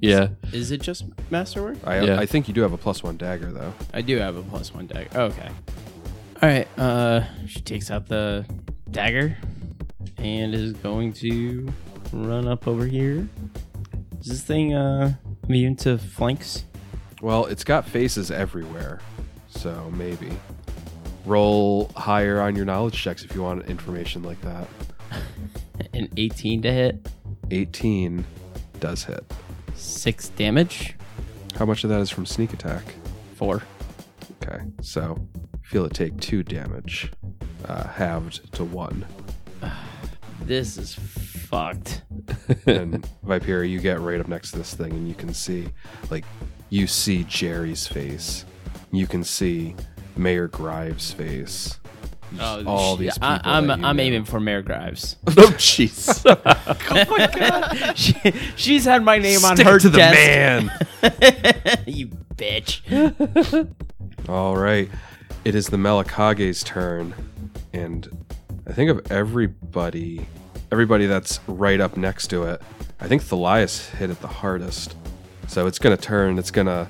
Yeah, Is it just masterwork? I, Yeah. I think you do have a plus one dagger, though. I do have a plus one dagger. Oh, Okay. All right. Uh, she takes out the dagger and is going to run up over here. Is this thing uh, immune to flanks? Well, it's got faces everywhere, so maybe. Roll higher on your knowledge checks if you want information like that. An 18 to hit, 18 does hit. six damage, How much of that is from sneak attack? four. Okay, so feel it take two damage, uh, halved to (laughs) one. This is fucked. and Vipera, you get right up next to this thing, and you can see, like, you see Jerry's face, you can see Mayor Grive's face. Oh, all these I, people I'm that you I'm know. aiming for Mayor Grives. (laughs) Oh, jeez! (laughs) she, she's had my name on her desk. (laughs) you bitch. All right. It is the Malakage's turn. And I think of everybody, everybody that's right up next to it. I think Thelias hit it the hardest. So it's going to turn. It's going to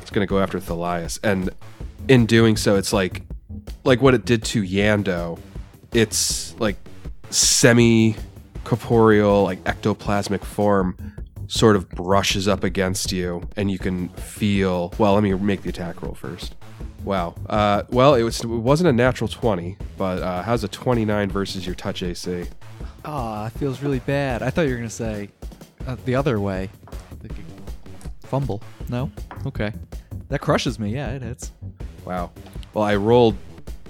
it's going to go after Thelias. And in doing so, it's like like what it did to Yando. It's like semi corporeal, like ectoplasmic form sort of brushes up against you and you can feel well let me make the attack roll first wow uh, well it, was, it wasn't a natural 20 but uh, how's a 29 versus your touch ac Ah, it feels really bad. I thought you were gonna say uh, the other way. Like, Fumble. No. Okay. That crushes me. Yeah, it hits. wow well i rolled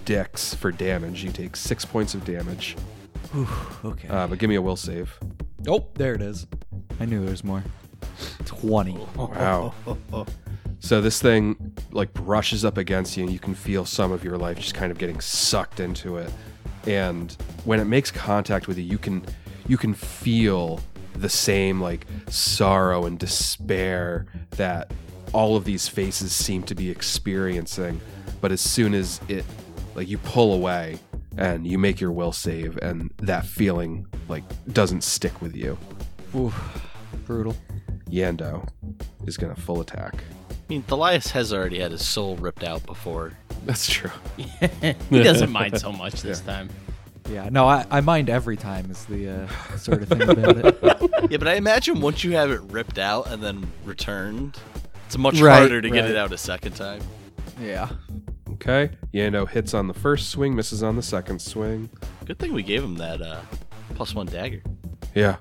dicks for damage you take six points of damage Okay. uh, but give me a will save oh, there it is. I knew there was more. Twenty. (laughs) wow so this thing like brushes up against you and you can feel some of your life just kind of getting sucked into it and when it makes contact with you you can you can feel the same like sorrow and despair that all of these faces seem to be experiencing but as soon as it like you pull away and you make your will save and that feeling like doesn't stick with you Oof. Brutal. yando is gonna full attack I mean, Thelias has already had his soul ripped out before. that's true he doesn't mind so much this time. Yeah. No, I, I mind every time is the uh, sort of thing about it. yeah, but I imagine once you have it ripped out and then returned, it's much Right, harder to get right. it out a second time. Yeah. Okay. Yando hits on the first swing, misses on the second swing. Good thing we gave him that uh, plus one dagger. Yeah.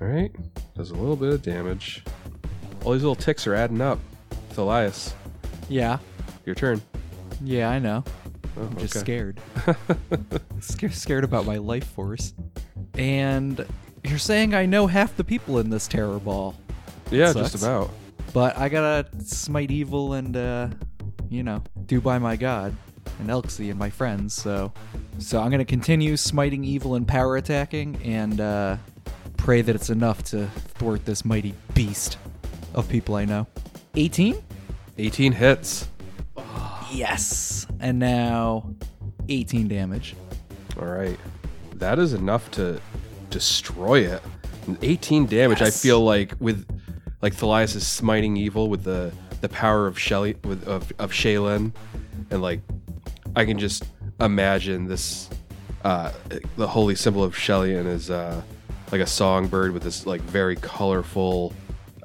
All right. Does a little bit of damage. All these little ticks are adding up. It's Elias. Yeah. Your turn. Yeah, I know. Oh, I'm just okay. scared. scared. Scared about my life force. And you're saying I know half the people in this terror ball, Yeah, Sucks. just about. but I gotta smite evil and, uh, you know, do by my god and Elxie and my friends. So, so I'm gonna continue smiting evil and power attacking and uh, pray that it's enough to thwart this mighty beast of people I know. 18. 18 hits. Yes. And now, 18 damage. All right. That is enough to destroy it. And 18 damage. I Yes. feel like with like Thelias is smiting evil with the the power of Shelly with of, of Shaylin, and like I can just imagine this uh, the holy symbol of Shellyan is uh, like a songbird with this like very colorful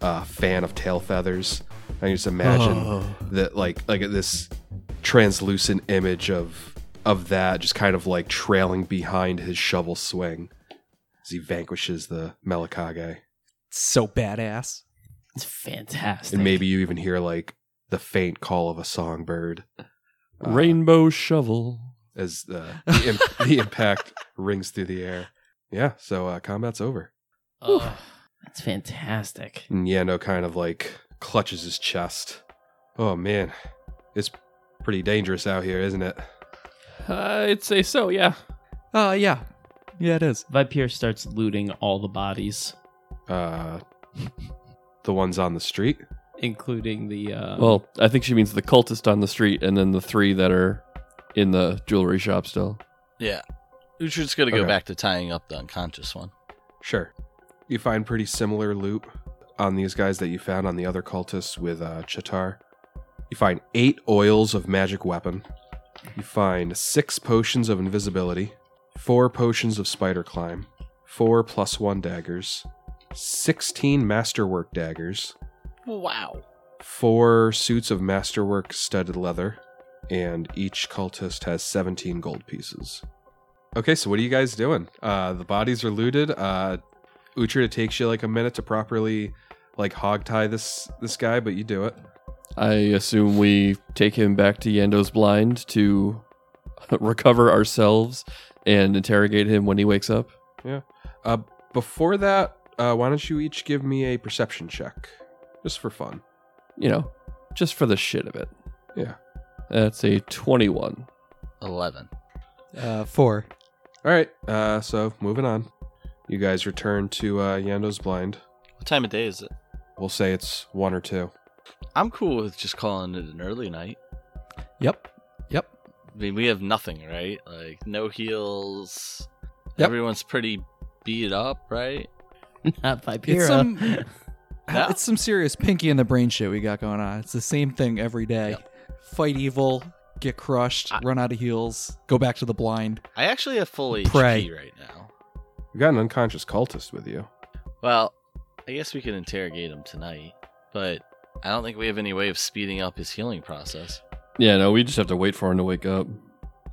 uh, fan of tail feathers. I can just imagine that like like this translucent image of of that just kind of like trailing behind his shovel swing as he vanquishes the Melikage. So badass. It's fantastic. And maybe you even hear like the faint call of a songbird. uh, Rainbow shovel. as uh, the, im- the impact (laughs) rings through the air. Yeah, so uh, combat's over. Oh, that's fantastic. And Yano kind of like clutches his chest. Oh man, it's pretty dangerous out here, isn't it? Uh, I'd say so, yeah. Oh, yeah. Yeah, it is. Vipier starts looting all the bodies, Uh, the ones on the street. including the. Uh, Um, Well, I think she means the cultist on the street and then the three that are in the jewelry shop still. Yeah. Uhtred's going to Okay. go back to tying up the unconscious one. Sure. You find pretty similar loot on these guys that you found on the other cultists with uh, Chitar. You find eight oils of magic weapon. You find six potions of invisibility, four potions of spider climb, four plus one daggers, 16 masterwork daggers, wow. four suits of masterwork studded leather, and each cultist has 17 gold pieces. Okay, so what are you guys doing? Uh, the bodies are looted. Uh, Uhtred, it takes you like a minute to properly like hog tie this this guy, but you do it. I assume we take him back to Yando's blind to (laughs) recover ourselves and interrogate him when he wakes up. Uh, before that, uh, why don't you each give me a perception check, just for fun? You know, just for the shit of it. Yeah. That's a 21. 11. Uh, four. All right. Uh, so moving on, you guys return to uh, Yando's blind. What time of day is it? We'll say it's one or two. I'm cool with just calling it an early night. Yep. Yep. I mean, we have nothing, right? Like, no heals. Yep. Everyone's pretty beat up, right? (laughs) Not Vipiera. It's some, No. Uh, it's some serious pinky in the brain shit we got going on. It's the same thing every day. Fight evil, get crushed, I- run out of heals, go back to the blind. I actually have full Pray. HP right now. You got an unconscious cultist with you. Well, I guess we could interrogate him tonight, but I don't think we have any way of speeding up his healing process. Yeah, no, we just have to wait for him to wake up.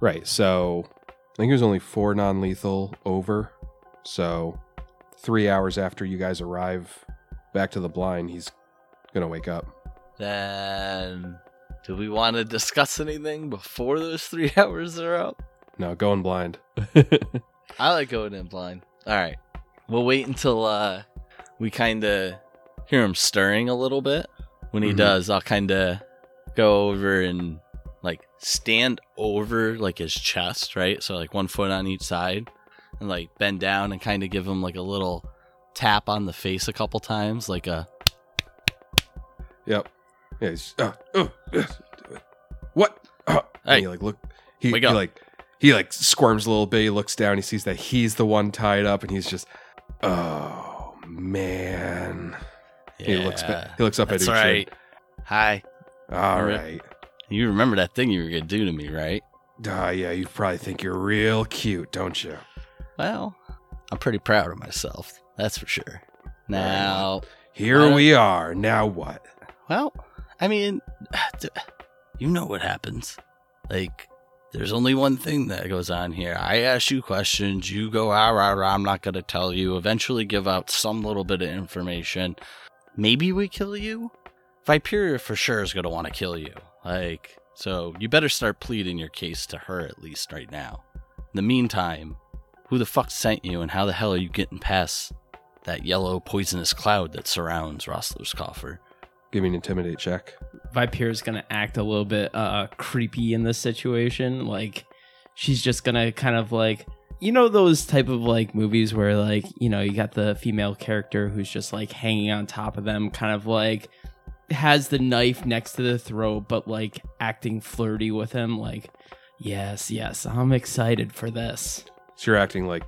Right. So I think it was only four non lethal over. So three hours after you guys arrive back to the blind, he's going to wake up. Then, do we want to (laughs) discuss anything before those three (laughs) hours are up? No, going blind. I like going in blind. All right. We'll wait until uh, we kind of hear him stirring a little bit. When he Mhm. does, I'll kind of go over and like stand over like his chest, right? So like one foot on each side and like bend down and kind of give him like a little tap on the face a couple times, like a Yep. Yeah, he's, uh, uh, uh, what? Uh, and Hey. he like look. He, Wake he, up. like he like squirms a little bit. He looks down. He sees that he's the one tied up, and he's just, oh man. He looks. Ba- "Yeah, he looks up That's at Uhtred. right. Hi. All Re- right. You remember that thing you were going to do to me, right? Ah, yeah. You probably think you're real cute, don't you? Well, I'm pretty proud of myself. That's for sure. Now, I Here don't- we are. Now what? Well, I mean, (sighs) d- you know what happens. Like, there's only one thing that goes on here. I ask you questions, you go, ah, rah, rah, I'm not going to tell you. Eventually, give out some little bit of information. Maybe we kill you. Viperia for sure is going to want to kill you. Like, so you better start pleading your case to her at least right now. In the meantime, who the fuck sent you and how the hell are you getting past that yellow poisonous cloud that surrounds Rostler's coffer? Give me an intimidate check. Viper's gonna act a little bit uh creepy in this situation. Like she's just gonna kind of like you know those type of like movies where like, you know, you got the female character who's just like hanging on top of them, kind of like has the knife next to the throat, but like acting flirty with him, like, yes, yes, I'm excited for this. So you're acting like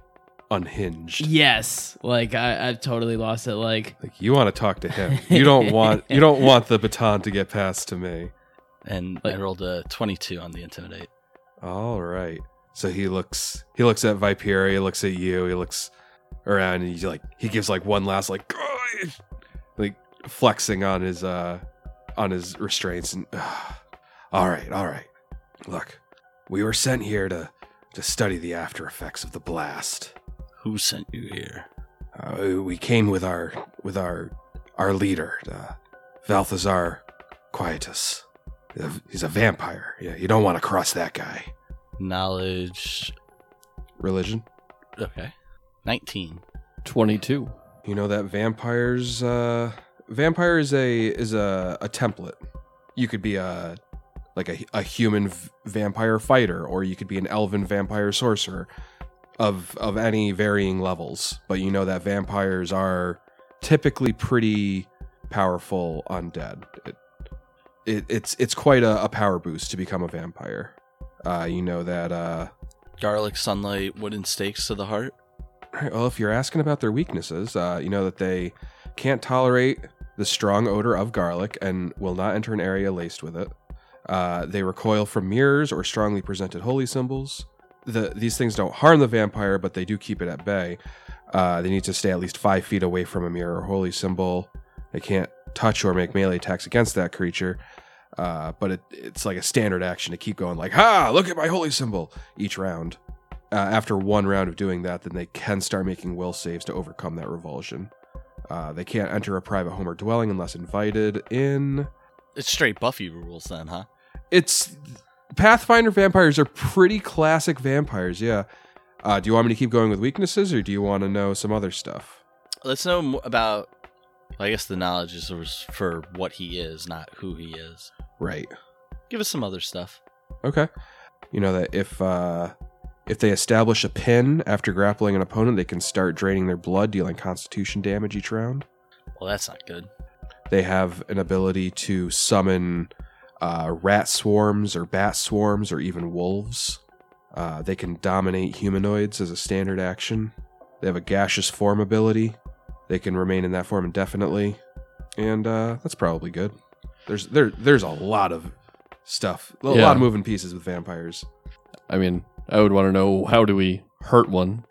unhinged. Yes, like I, I've totally lost it. Like Like you want to talk to him. You don't want you don't want the baton to get passed to me. And I Like- rolled a 22 on the intimidate. All right. So he looks he looks at Viperia, he looks at you, he looks around and he's like he gives like one last like (sighs) like flexing on his uh on his restraints and (sighs) all right, all right. Look, we were sent here to to study the after effects of the blast. Who sent you here? Uh, we came with our with our our leader, uh, Valthazar Quietus. He's a vampire. Yeah, you don't want to cross that guy. Knowledge. Religion. Okay. 19. 22. You know that vampires uh vampire is a is a, a template. You could be a like a, a human v- vampire fighter or you could be an elven vampire sorcerer of of any varying levels, but you know that vampires are typically pretty powerful undead. It, it, it's it's quite a, a power boost to become a vampire. Uh, you know that uh, Garlic, sunlight, wooden stakes to the heart. all right, well, if you're asking about their weaknesses, uh, you know that they can't tolerate the strong odor of garlic and will not enter an area laced with it. Uh, they recoil from mirrors or strongly presented holy symbols. The, these things don't harm the vampire, but they do keep it at bay. Uh, they need to stay at least five feet away from a mirror or holy symbol. They can't touch or make melee attacks against that creature. Uh, but it, it's like a standard action to keep going, like, ha, look at my holy symbol each round uh, after one round of doing that, then they can start making will saves to overcome that revulsion. Uh, they can't enter a private home or dwelling unless invited in. It's straight Buffy rules then, huh? It's Pathfinder vampires are pretty classic vampires, yeah. Uh, do you want me to keep going with weaknesses, or do you want to know some other stuff? Let's know mo- about. I guess the knowledge is was for what he is, not who he is. Right. Give us some other stuff. Okay. You know that if uh, if they establish a pin after grappling an opponent, they can start draining their blood, dealing Constitution damage each round. Well, that's not good. they have an ability to summon uh, rat swarms or bat swarms or even wolves. Uh, they can dominate humanoids as a standard action. They have a gaseous form ability. They can remain in that form indefinitely, and uh, that's probably good. There's there there's a lot of stuff, a Yeah. lot of moving pieces with vampires. I mean, I would want to know how do we hurt one?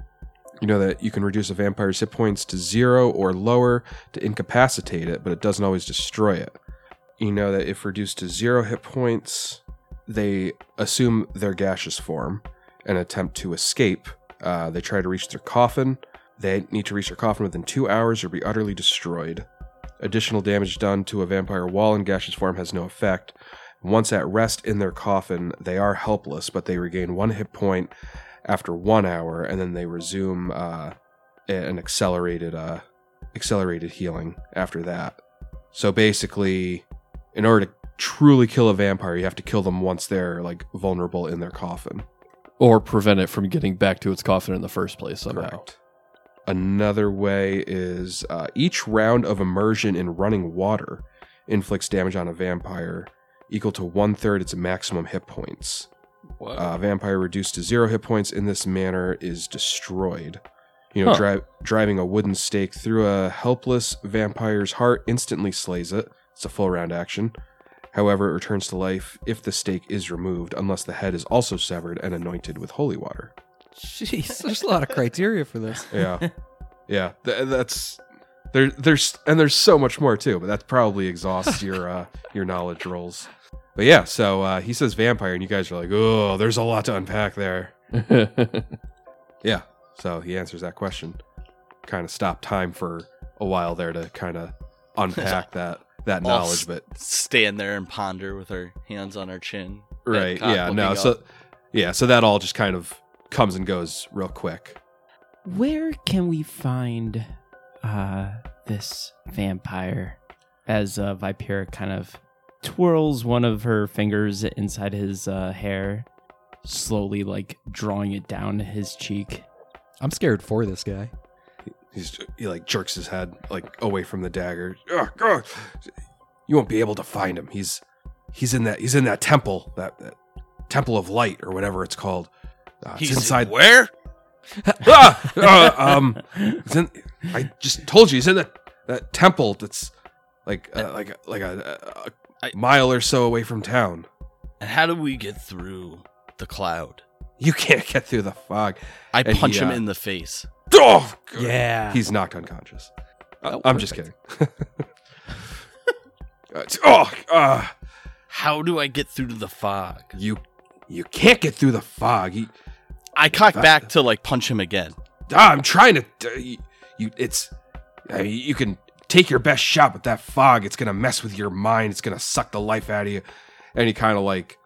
You know that you can reduce a vampire's hit points to zero or lower to incapacitate it, but it doesn't always destroy it. You know that if reduced to zero hit points, they assume their gaseous form and attempt to escape. Uh, they try to reach their coffin. They need to reach their coffin within two hours or be utterly destroyed. Additional damage done to a vampire while in gaseous form has no effect. Once at rest in their coffin, they are helpless, but they regain one hit point after one hour, and then they resume uh, an accelerated uh, accelerated healing after that. So basically, in order to truly kill a vampire, you have to kill them once they're like vulnerable in their coffin. Or prevent it from getting back to its coffin in the first place somehow. Another way is uh, each round of immersion in running water inflicts damage on a vampire equal to one third its maximum hit points. What? uh, vampire reduced to zero hit points in this manner is destroyed. You know, Huh. dri- driving a wooden stake through a helpless vampire's heart instantly slays it. It's a full round action. However, it returns to life if the stake is removed, unless the head is also severed and anointed with holy water. Jeez, there's a lot of criteria for this. Yeah, yeah, th- that's there. There's and there's so much more too, but that probably exhausts your (laughs) uh, your knowledge rolls. But yeah, so uh, he says vampire, and you guys are like, oh, there's a lot to unpack there. (laughs) Yeah. So he answers that question. Kind of stopped time for a while there to kind of (laughs) unpack that that Well, knowledge, but Stand there and ponder with our hands on our chin. right, Cock yeah, looking no, up. so yeah, so that all just kind of comes and goes real quick. where can we find uh, this vampire? As uh, Vipera kind of twirls one of her fingers inside his uh, hair, slowly like drawing it down to his cheek. I'm scared for this guy. He's he like jerks his head like away from the dagger. Ugh, ugh. You won't be able to find him. He's he's in that he's in that temple that, that temple of light or whatever it's called. Uh, it's He's inside where? ah, uh, um, it's in, I just told you he's in that, that temple that's like uh, like a- like a, a, a mile or so away from town. And how do we get through the cloud? You can't get through the fog. I And punch he, him uh, in the face. Oh, God. Yeah. He's knocked unconscious. Oh, I'm just kidding. (laughs) Uh, it's- oh, uh, How do I get through to the fog? you you can't get through the fog. You, I cock That- back to like punch him again. ah, I'm trying to. uh, you, you- it's I mean, you can take your best shot, but that fog it's gonna mess with your mind. It's gonna suck the life out of you. And he kind of like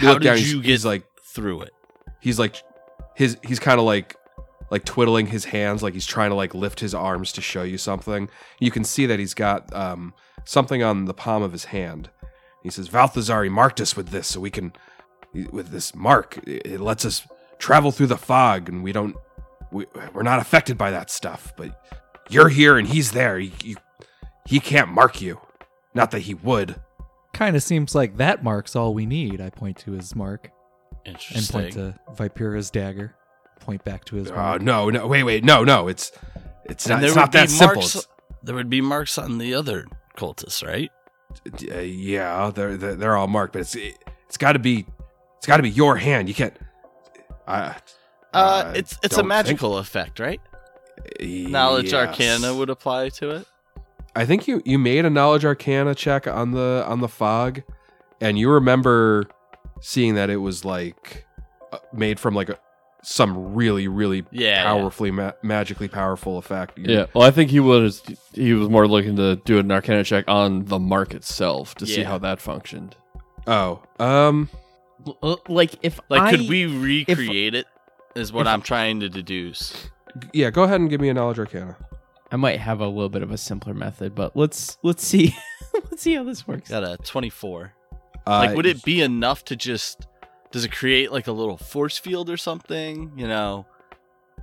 you How look down, did he's- you he's get like through it? he's like his he's kind of like like twiddling his hands like he's trying to like lift his arms to show you something you can see that he's got um something on the palm of his hand he says valthazar he marked us with this so we can with this mark it it lets us travel through the fog and we don't we, we're not affected by that stuff but you're here and he's there you, you, he can't mark you not that he would Kind of seems like that mark's all we need. I point to his mark and Interesting. point to Vipera's dagger. Point back to his uh, mark. no no wait wait no no it's it's And not, there it's would not that be simple marks- It's- there would be marks on the other cultists, right? D- uh, yeah, they're they're they're all marked, but it's it, it's got to be it's got to be your hand. You can't. I Uh, Uh, it's it's a don't think- magical effect, right? Knowledge arcana would apply to it. I think you you made a knowledge arcana check on the on the fog, and you remember seeing that it was like uh, made from like a, some really really Yeah, yeah. powerfully ma- magically powerful effect. You- Yeah. Well, I think he was he was more looking to do an arcana check on the mark itself to see Yeah. how that functioned. Oh. Um. (laughs) L- Like if Like, I- could we recreate it? Is what I'm trying to deduce. g- Yeah. Go ahead and give me a knowledge arcana. I might have a little bit of a simpler method, but let's let's see (laughs) let's see how this works. Got a 24. Uh, Like, would it be enough to just? Does it create like a little force field or something? You know,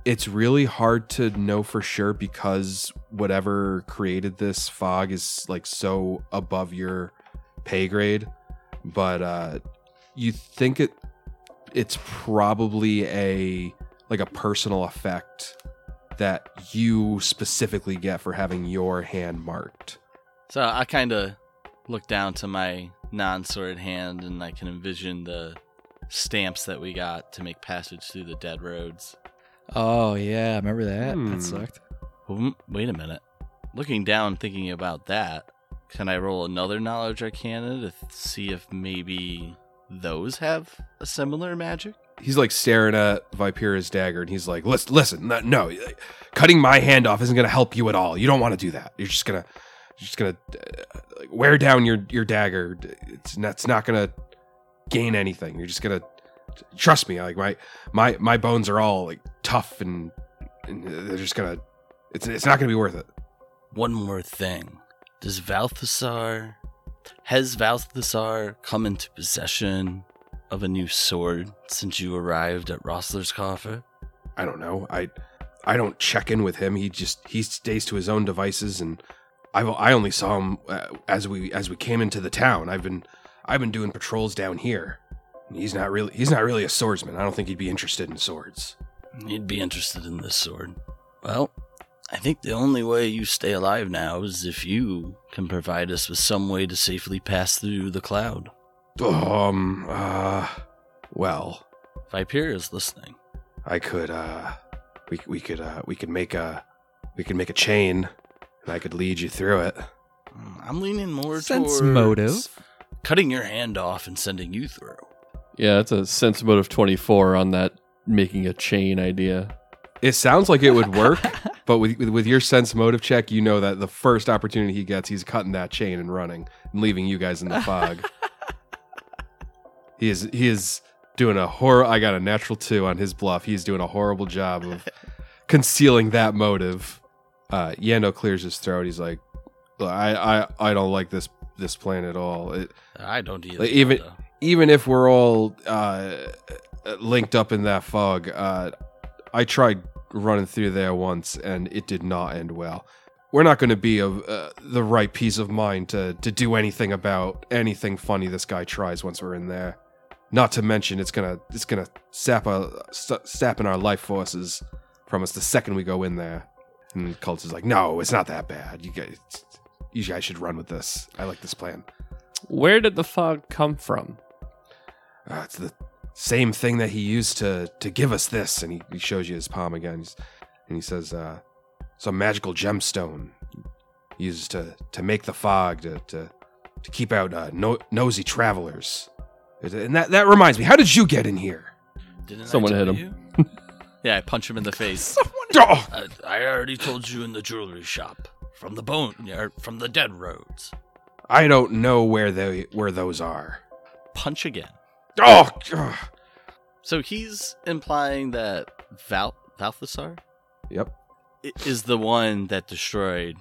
it's really hard to know for sure because whatever created this fog is like so above your pay grade but uh you think it it's probably a like a personal effect that you specifically get for having your hand marked So I kind of look down to my non sword hand and I can envision the stamps that we got to make passage through the dead roads. Oh yeah, remember that? Hmm. That sucked. Hmm, Wait a minute. Looking down, thinking about that, can I roll another knowledge arcana to th- see if maybe those have a similar magic? he's like staring at vipera's dagger and he's like listen listen no, no cutting my hand off isn't going to help you at all you don't want to do that you're just going to just going to uh, like, wear down your your dagger it's not, it's not going to gain anything you're just going to trust me like my my my bones are all like tough and, and they're just going to it's it's not going to be worth it One more thing. Does Valthasar. Has Valthasar come into possession of a new sword since you arrived at Rossler's coffer? I don't know. I I don't check in with him. He just he stays to his own devices, and I I only saw him uh, as we as we came into the town. I've been I've been doing patrols down here. He's not really he's not really a swordsman. I don't think he'd be interested in swords. You'd be interested in this sword. Well, I think the only way you stay alive now is if you can provide us with some way to safely pass through the cloud. Um. Uh. Well, Viperia's listening. I could. Uh. We we could. Uh. We could make a. We could make a chain, and I could lead you through it. Mm, I'm leaning more Sense towards motive. cutting your hand off and sending you through. Yeah, that's a sense mode of 24 on that making a chain idea. It sounds like it would work, but with with your sense motive check, you know that the first opportunity he gets, he's cutting that chain and running and leaving you guys in the fog. he is he is doing a horror. I got a natural two on his bluff. He's doing a horrible job of concealing that motive. Uh, Yando clears his throat. He's like, "Look, I I I don't like this this plan at all. It, I don't either. Like, even- though. even if we're all uh, linked up in that fog, uh, I tried running through there once and it did not end well. We're not going to be of uh, the right peace of mind to, to do anything about anything funny this guy tries once we're in there. Not to mention, it's gonna it's gonna sap a sa- sapping our life forces from us the second we go in there. And Cults is like, no, it's not that bad. You guys, you guys should run with this. I like this plan. Where did the fog come from? Uh, it's the same thing that he used to to give us this. And he, he shows you his palm again. He's- and he says, uh, some magical gemstone he uses to to make the fog to to, to keep out uh, no, nosy travelers. And that that reminds me, how did you get in (laughs) here? Didn't Someone I hit tell him. you? yeah, I punch (laughs) him in the face. Oh, I, I already told you in the jewelry shop from the bone or from the dead roads. I don't know where they where those are. Punch again. Oh, ugh. So he's implying that Val Valthasar yep. i- is the one that destroyed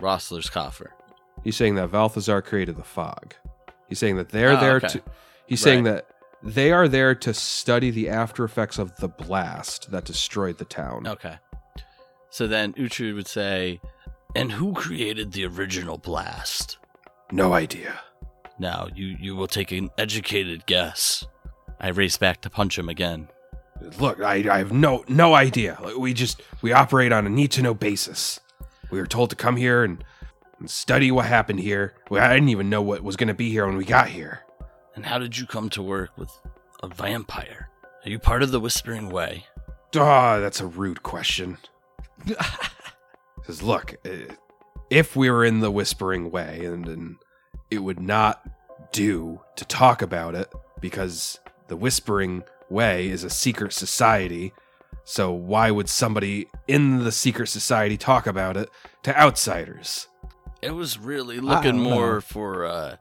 Rossler's coffer. He's saying that Valthazar created the fog. He's saying that they're Ah, there okay. to. He's saying that they are there to study the after effects of the blast that destroyed the town. Okay. So then Uhtred would say, "And who created the original blast?" No idea. Now you you will take an educated guess. I race back to punch him again. Look, I, I have no no idea. Like, We just we operate on a need to know basis. We were told to come here and, and study what happened here. Well, I didn't even know what was going to be here when we got here. And how did you come to work with a vampire? Are you part of the Whispering Way? Ah, that's a rude (laughs) question. Says, look, eh, if we were in the whispering way, and, and it would not do to talk about it because the whispering way is a secret society. So why would somebody in the secret society talk about it to outsiders? (laughs) It was really I looking don't more know. for uh,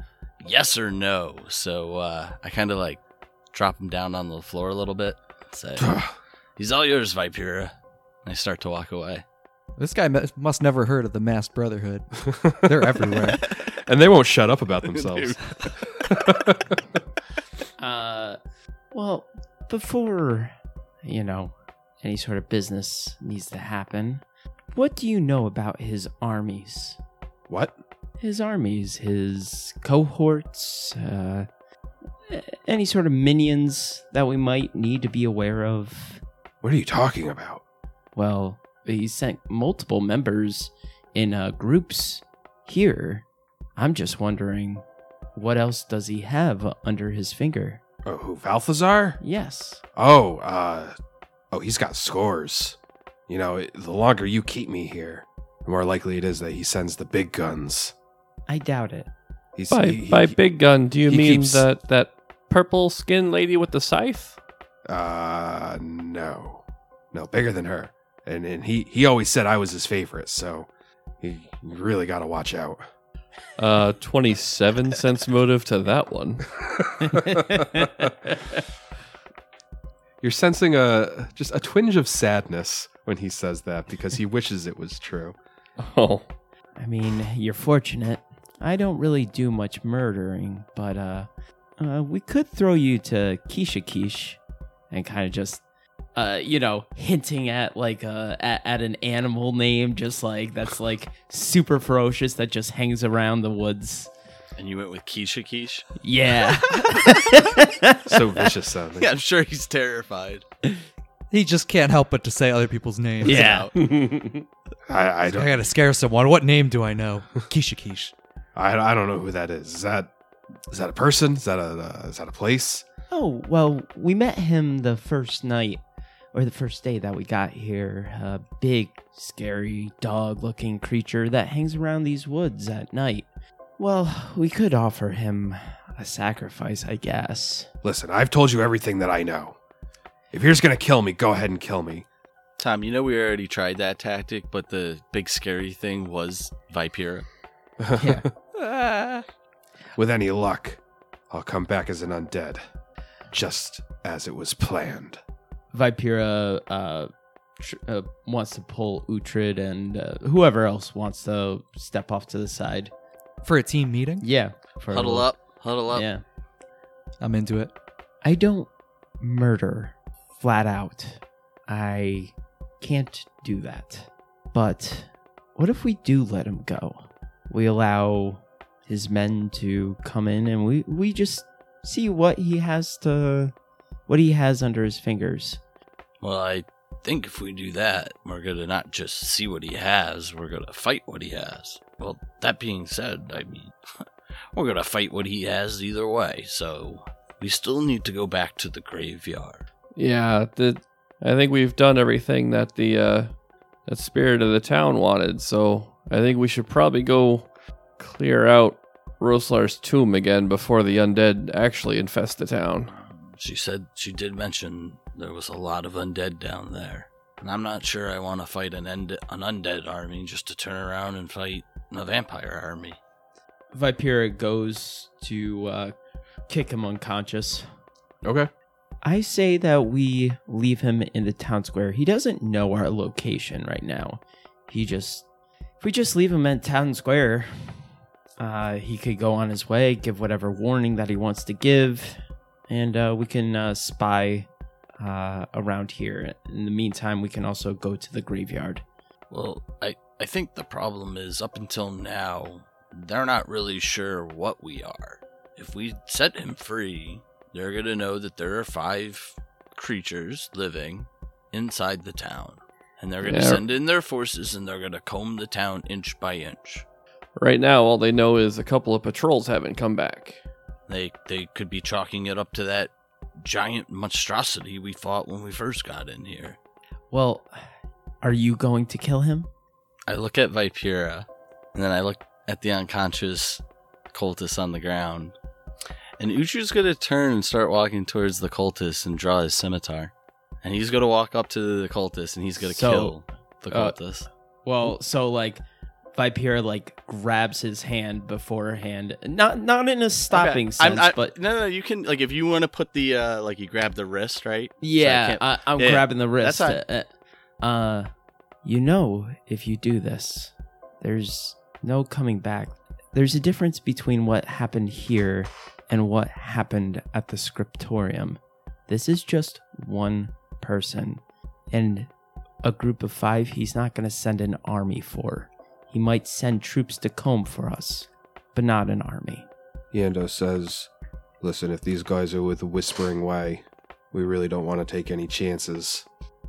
yes or no. So uh, I kind of like drop him down on the floor a little bit. and Say, (laughs) he's all yours, Vipera. And I start to (laughs) walk away. This guy mu- must never heard of the Masked Brotherhood. (laughs) (laughs) They're everywhere. and they won't shut up about (laughs) themselves. Uh, well, before you know any sort of business needs to happen, what do you know about his armies? (laughs) what? His armies, his cohorts, uh, any sort of minions that we might need to be aware of. What are you talking about? Well, he sent multiple members in uh, groups here. I'm just wondering, what else does he have under his finger? Oh, who, Balthazar? Yes. Oh, uh, oh, he's got scores. You know, it- the longer you keep me here, the more likely it is that he sends the big guns. I doubt it. He's By, he- he- by big gun, do you he mean keeps- that that purple skinned lady with the scythe? Uh, no, no, bigger than her. And and he he always said I was his favorite, so he you really got to watch (laughs) out. Uh, twenty-seven cents motive to that one. (laughs) You're sensing a just a twinge of sadness when he says that because he wishes it was true. Oh, I mean, you're fortunate. I don't really do much murdering, but uh, uh we could throw you to Keisha Keish and kind of just uh you know, hinting at like uh at, at an animal name just like that's like super ferocious that just hangs around the woods. And you went with Keisha Keish? Yeah. So vicious sounding. (laughs) (laughs) Yeah, I'm sure he's terrified. he just can't help but to say other people's names. (laughs) yeah. I, I I don't gotta scare someone. What name do (laughs) I know? Keisha Keish. I, I don't know who that is. Is that is that a person? Is that a uh, is that a place? Oh, well, we met him the first night or the first day that we got here. A big, scary, dog looking creature that hangs around these woods at night. Well, we could offer him a sacrifice, I guess. Listen, I've told you everything that I know. If you're just gonna kill me, go ahead and kill me. Tom, you know we already tried that tactic, but the big scary thing was Vipera. Yeah. (laughs) With any luck, I'll come back as an undead, just as it was planned. Vipera uh, tr- uh, wants to pull Uhtred and uh, whoever else wants to step off to the side. For a team meeting? Yeah. for a Huddle little- up, huddle up. Yeah. I'm into it. I don't murder flat out. I can't do that. But what if we do let him go? We allow his men to come in and we, we just see what he has to, what he has under his fingers. Well, I think if we do that, we're going to not just see what he has, we're going to fight what he has. Well, that being said, I mean, (laughs) we're going to fight what he has either way, so we still need to go back to the graveyard. Yeah, the, I think we've done everything that the uh, that spirit of the town wanted. So I think we should probably go clear out Roslar's tomb again before the undead actually infest the town. She said she did mention there was a lot of undead down there. And I'm not sure I want to fight an, end- an undead army just to turn around and fight a vampire army. Vipera goes to uh, kick him unconscious. Okay. I say that we leave him in the town square. He doesn't know our location right now. He just, if we just leave him at town square, uh, he could go on his way, give whatever warning that he wants to give, and uh, we can uh, spy uh, around here. In the meantime, we can also go to the graveyard. Well, I, I think the problem is up until now, they're not really sure what we are. If we set him free, they're going to know that there are five creatures living inside the town. And they're going to Yeah. send in their forces and they're going to comb the town inch by inch. Right now, all they know is a couple of patrols haven't come back. They, they could be chalking it up to that giant monstrosity we fought when we first got in here. Well, are you going to kill him? I look at Vipera, and then I look at the unconscious cultist on the ground. And Uchu's gonna turn and start walking towards the cultist and draw his scimitar. And he's gonna walk up to the cultist and he's gonna So, kill the uh, cultist. Well, so like Vipera like grabs his hand beforehand, not not in a stopping sense, I'm, I, but no, no, you can like if you want to put the uh like you grab the wrist, right? yeah, can't- I I, am yeah, grabbing the wrist. that's uh, uh, you know, if you do this, there's no coming back. There's a difference between what happened here and what happened at the scriptorium. This is just one person, and a group of five. He's not going to send an army for. He might send troops to comb for us, but not an army. Yando says, Listen, if these guys are with the Whispering Way, we really don't want to take any chances.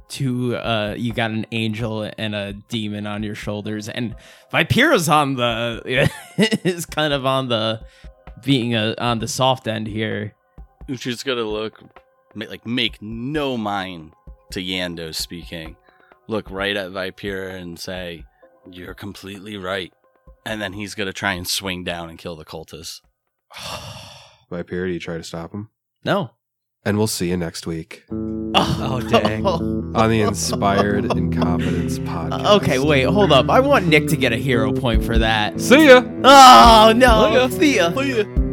two uh you got an angel and a demon on your shoulders and Vipera's on the (laughs) is kind of on the being a, on the soft end here. (sighs) Uchu's gonna look, ma- like make no mind to Yando speaking. Look right at Vipera and say, "You're completely right." And then he's gonna try and swing down and kill the cultist. My period, you try to stop him. No. And we'll see you next week (laughs) Oh, dang. on the Inspired Incompetence podcast. okay, wait, hold up. I want Nick to get a hero point for that. See ya! Oh no. See ya. Play it.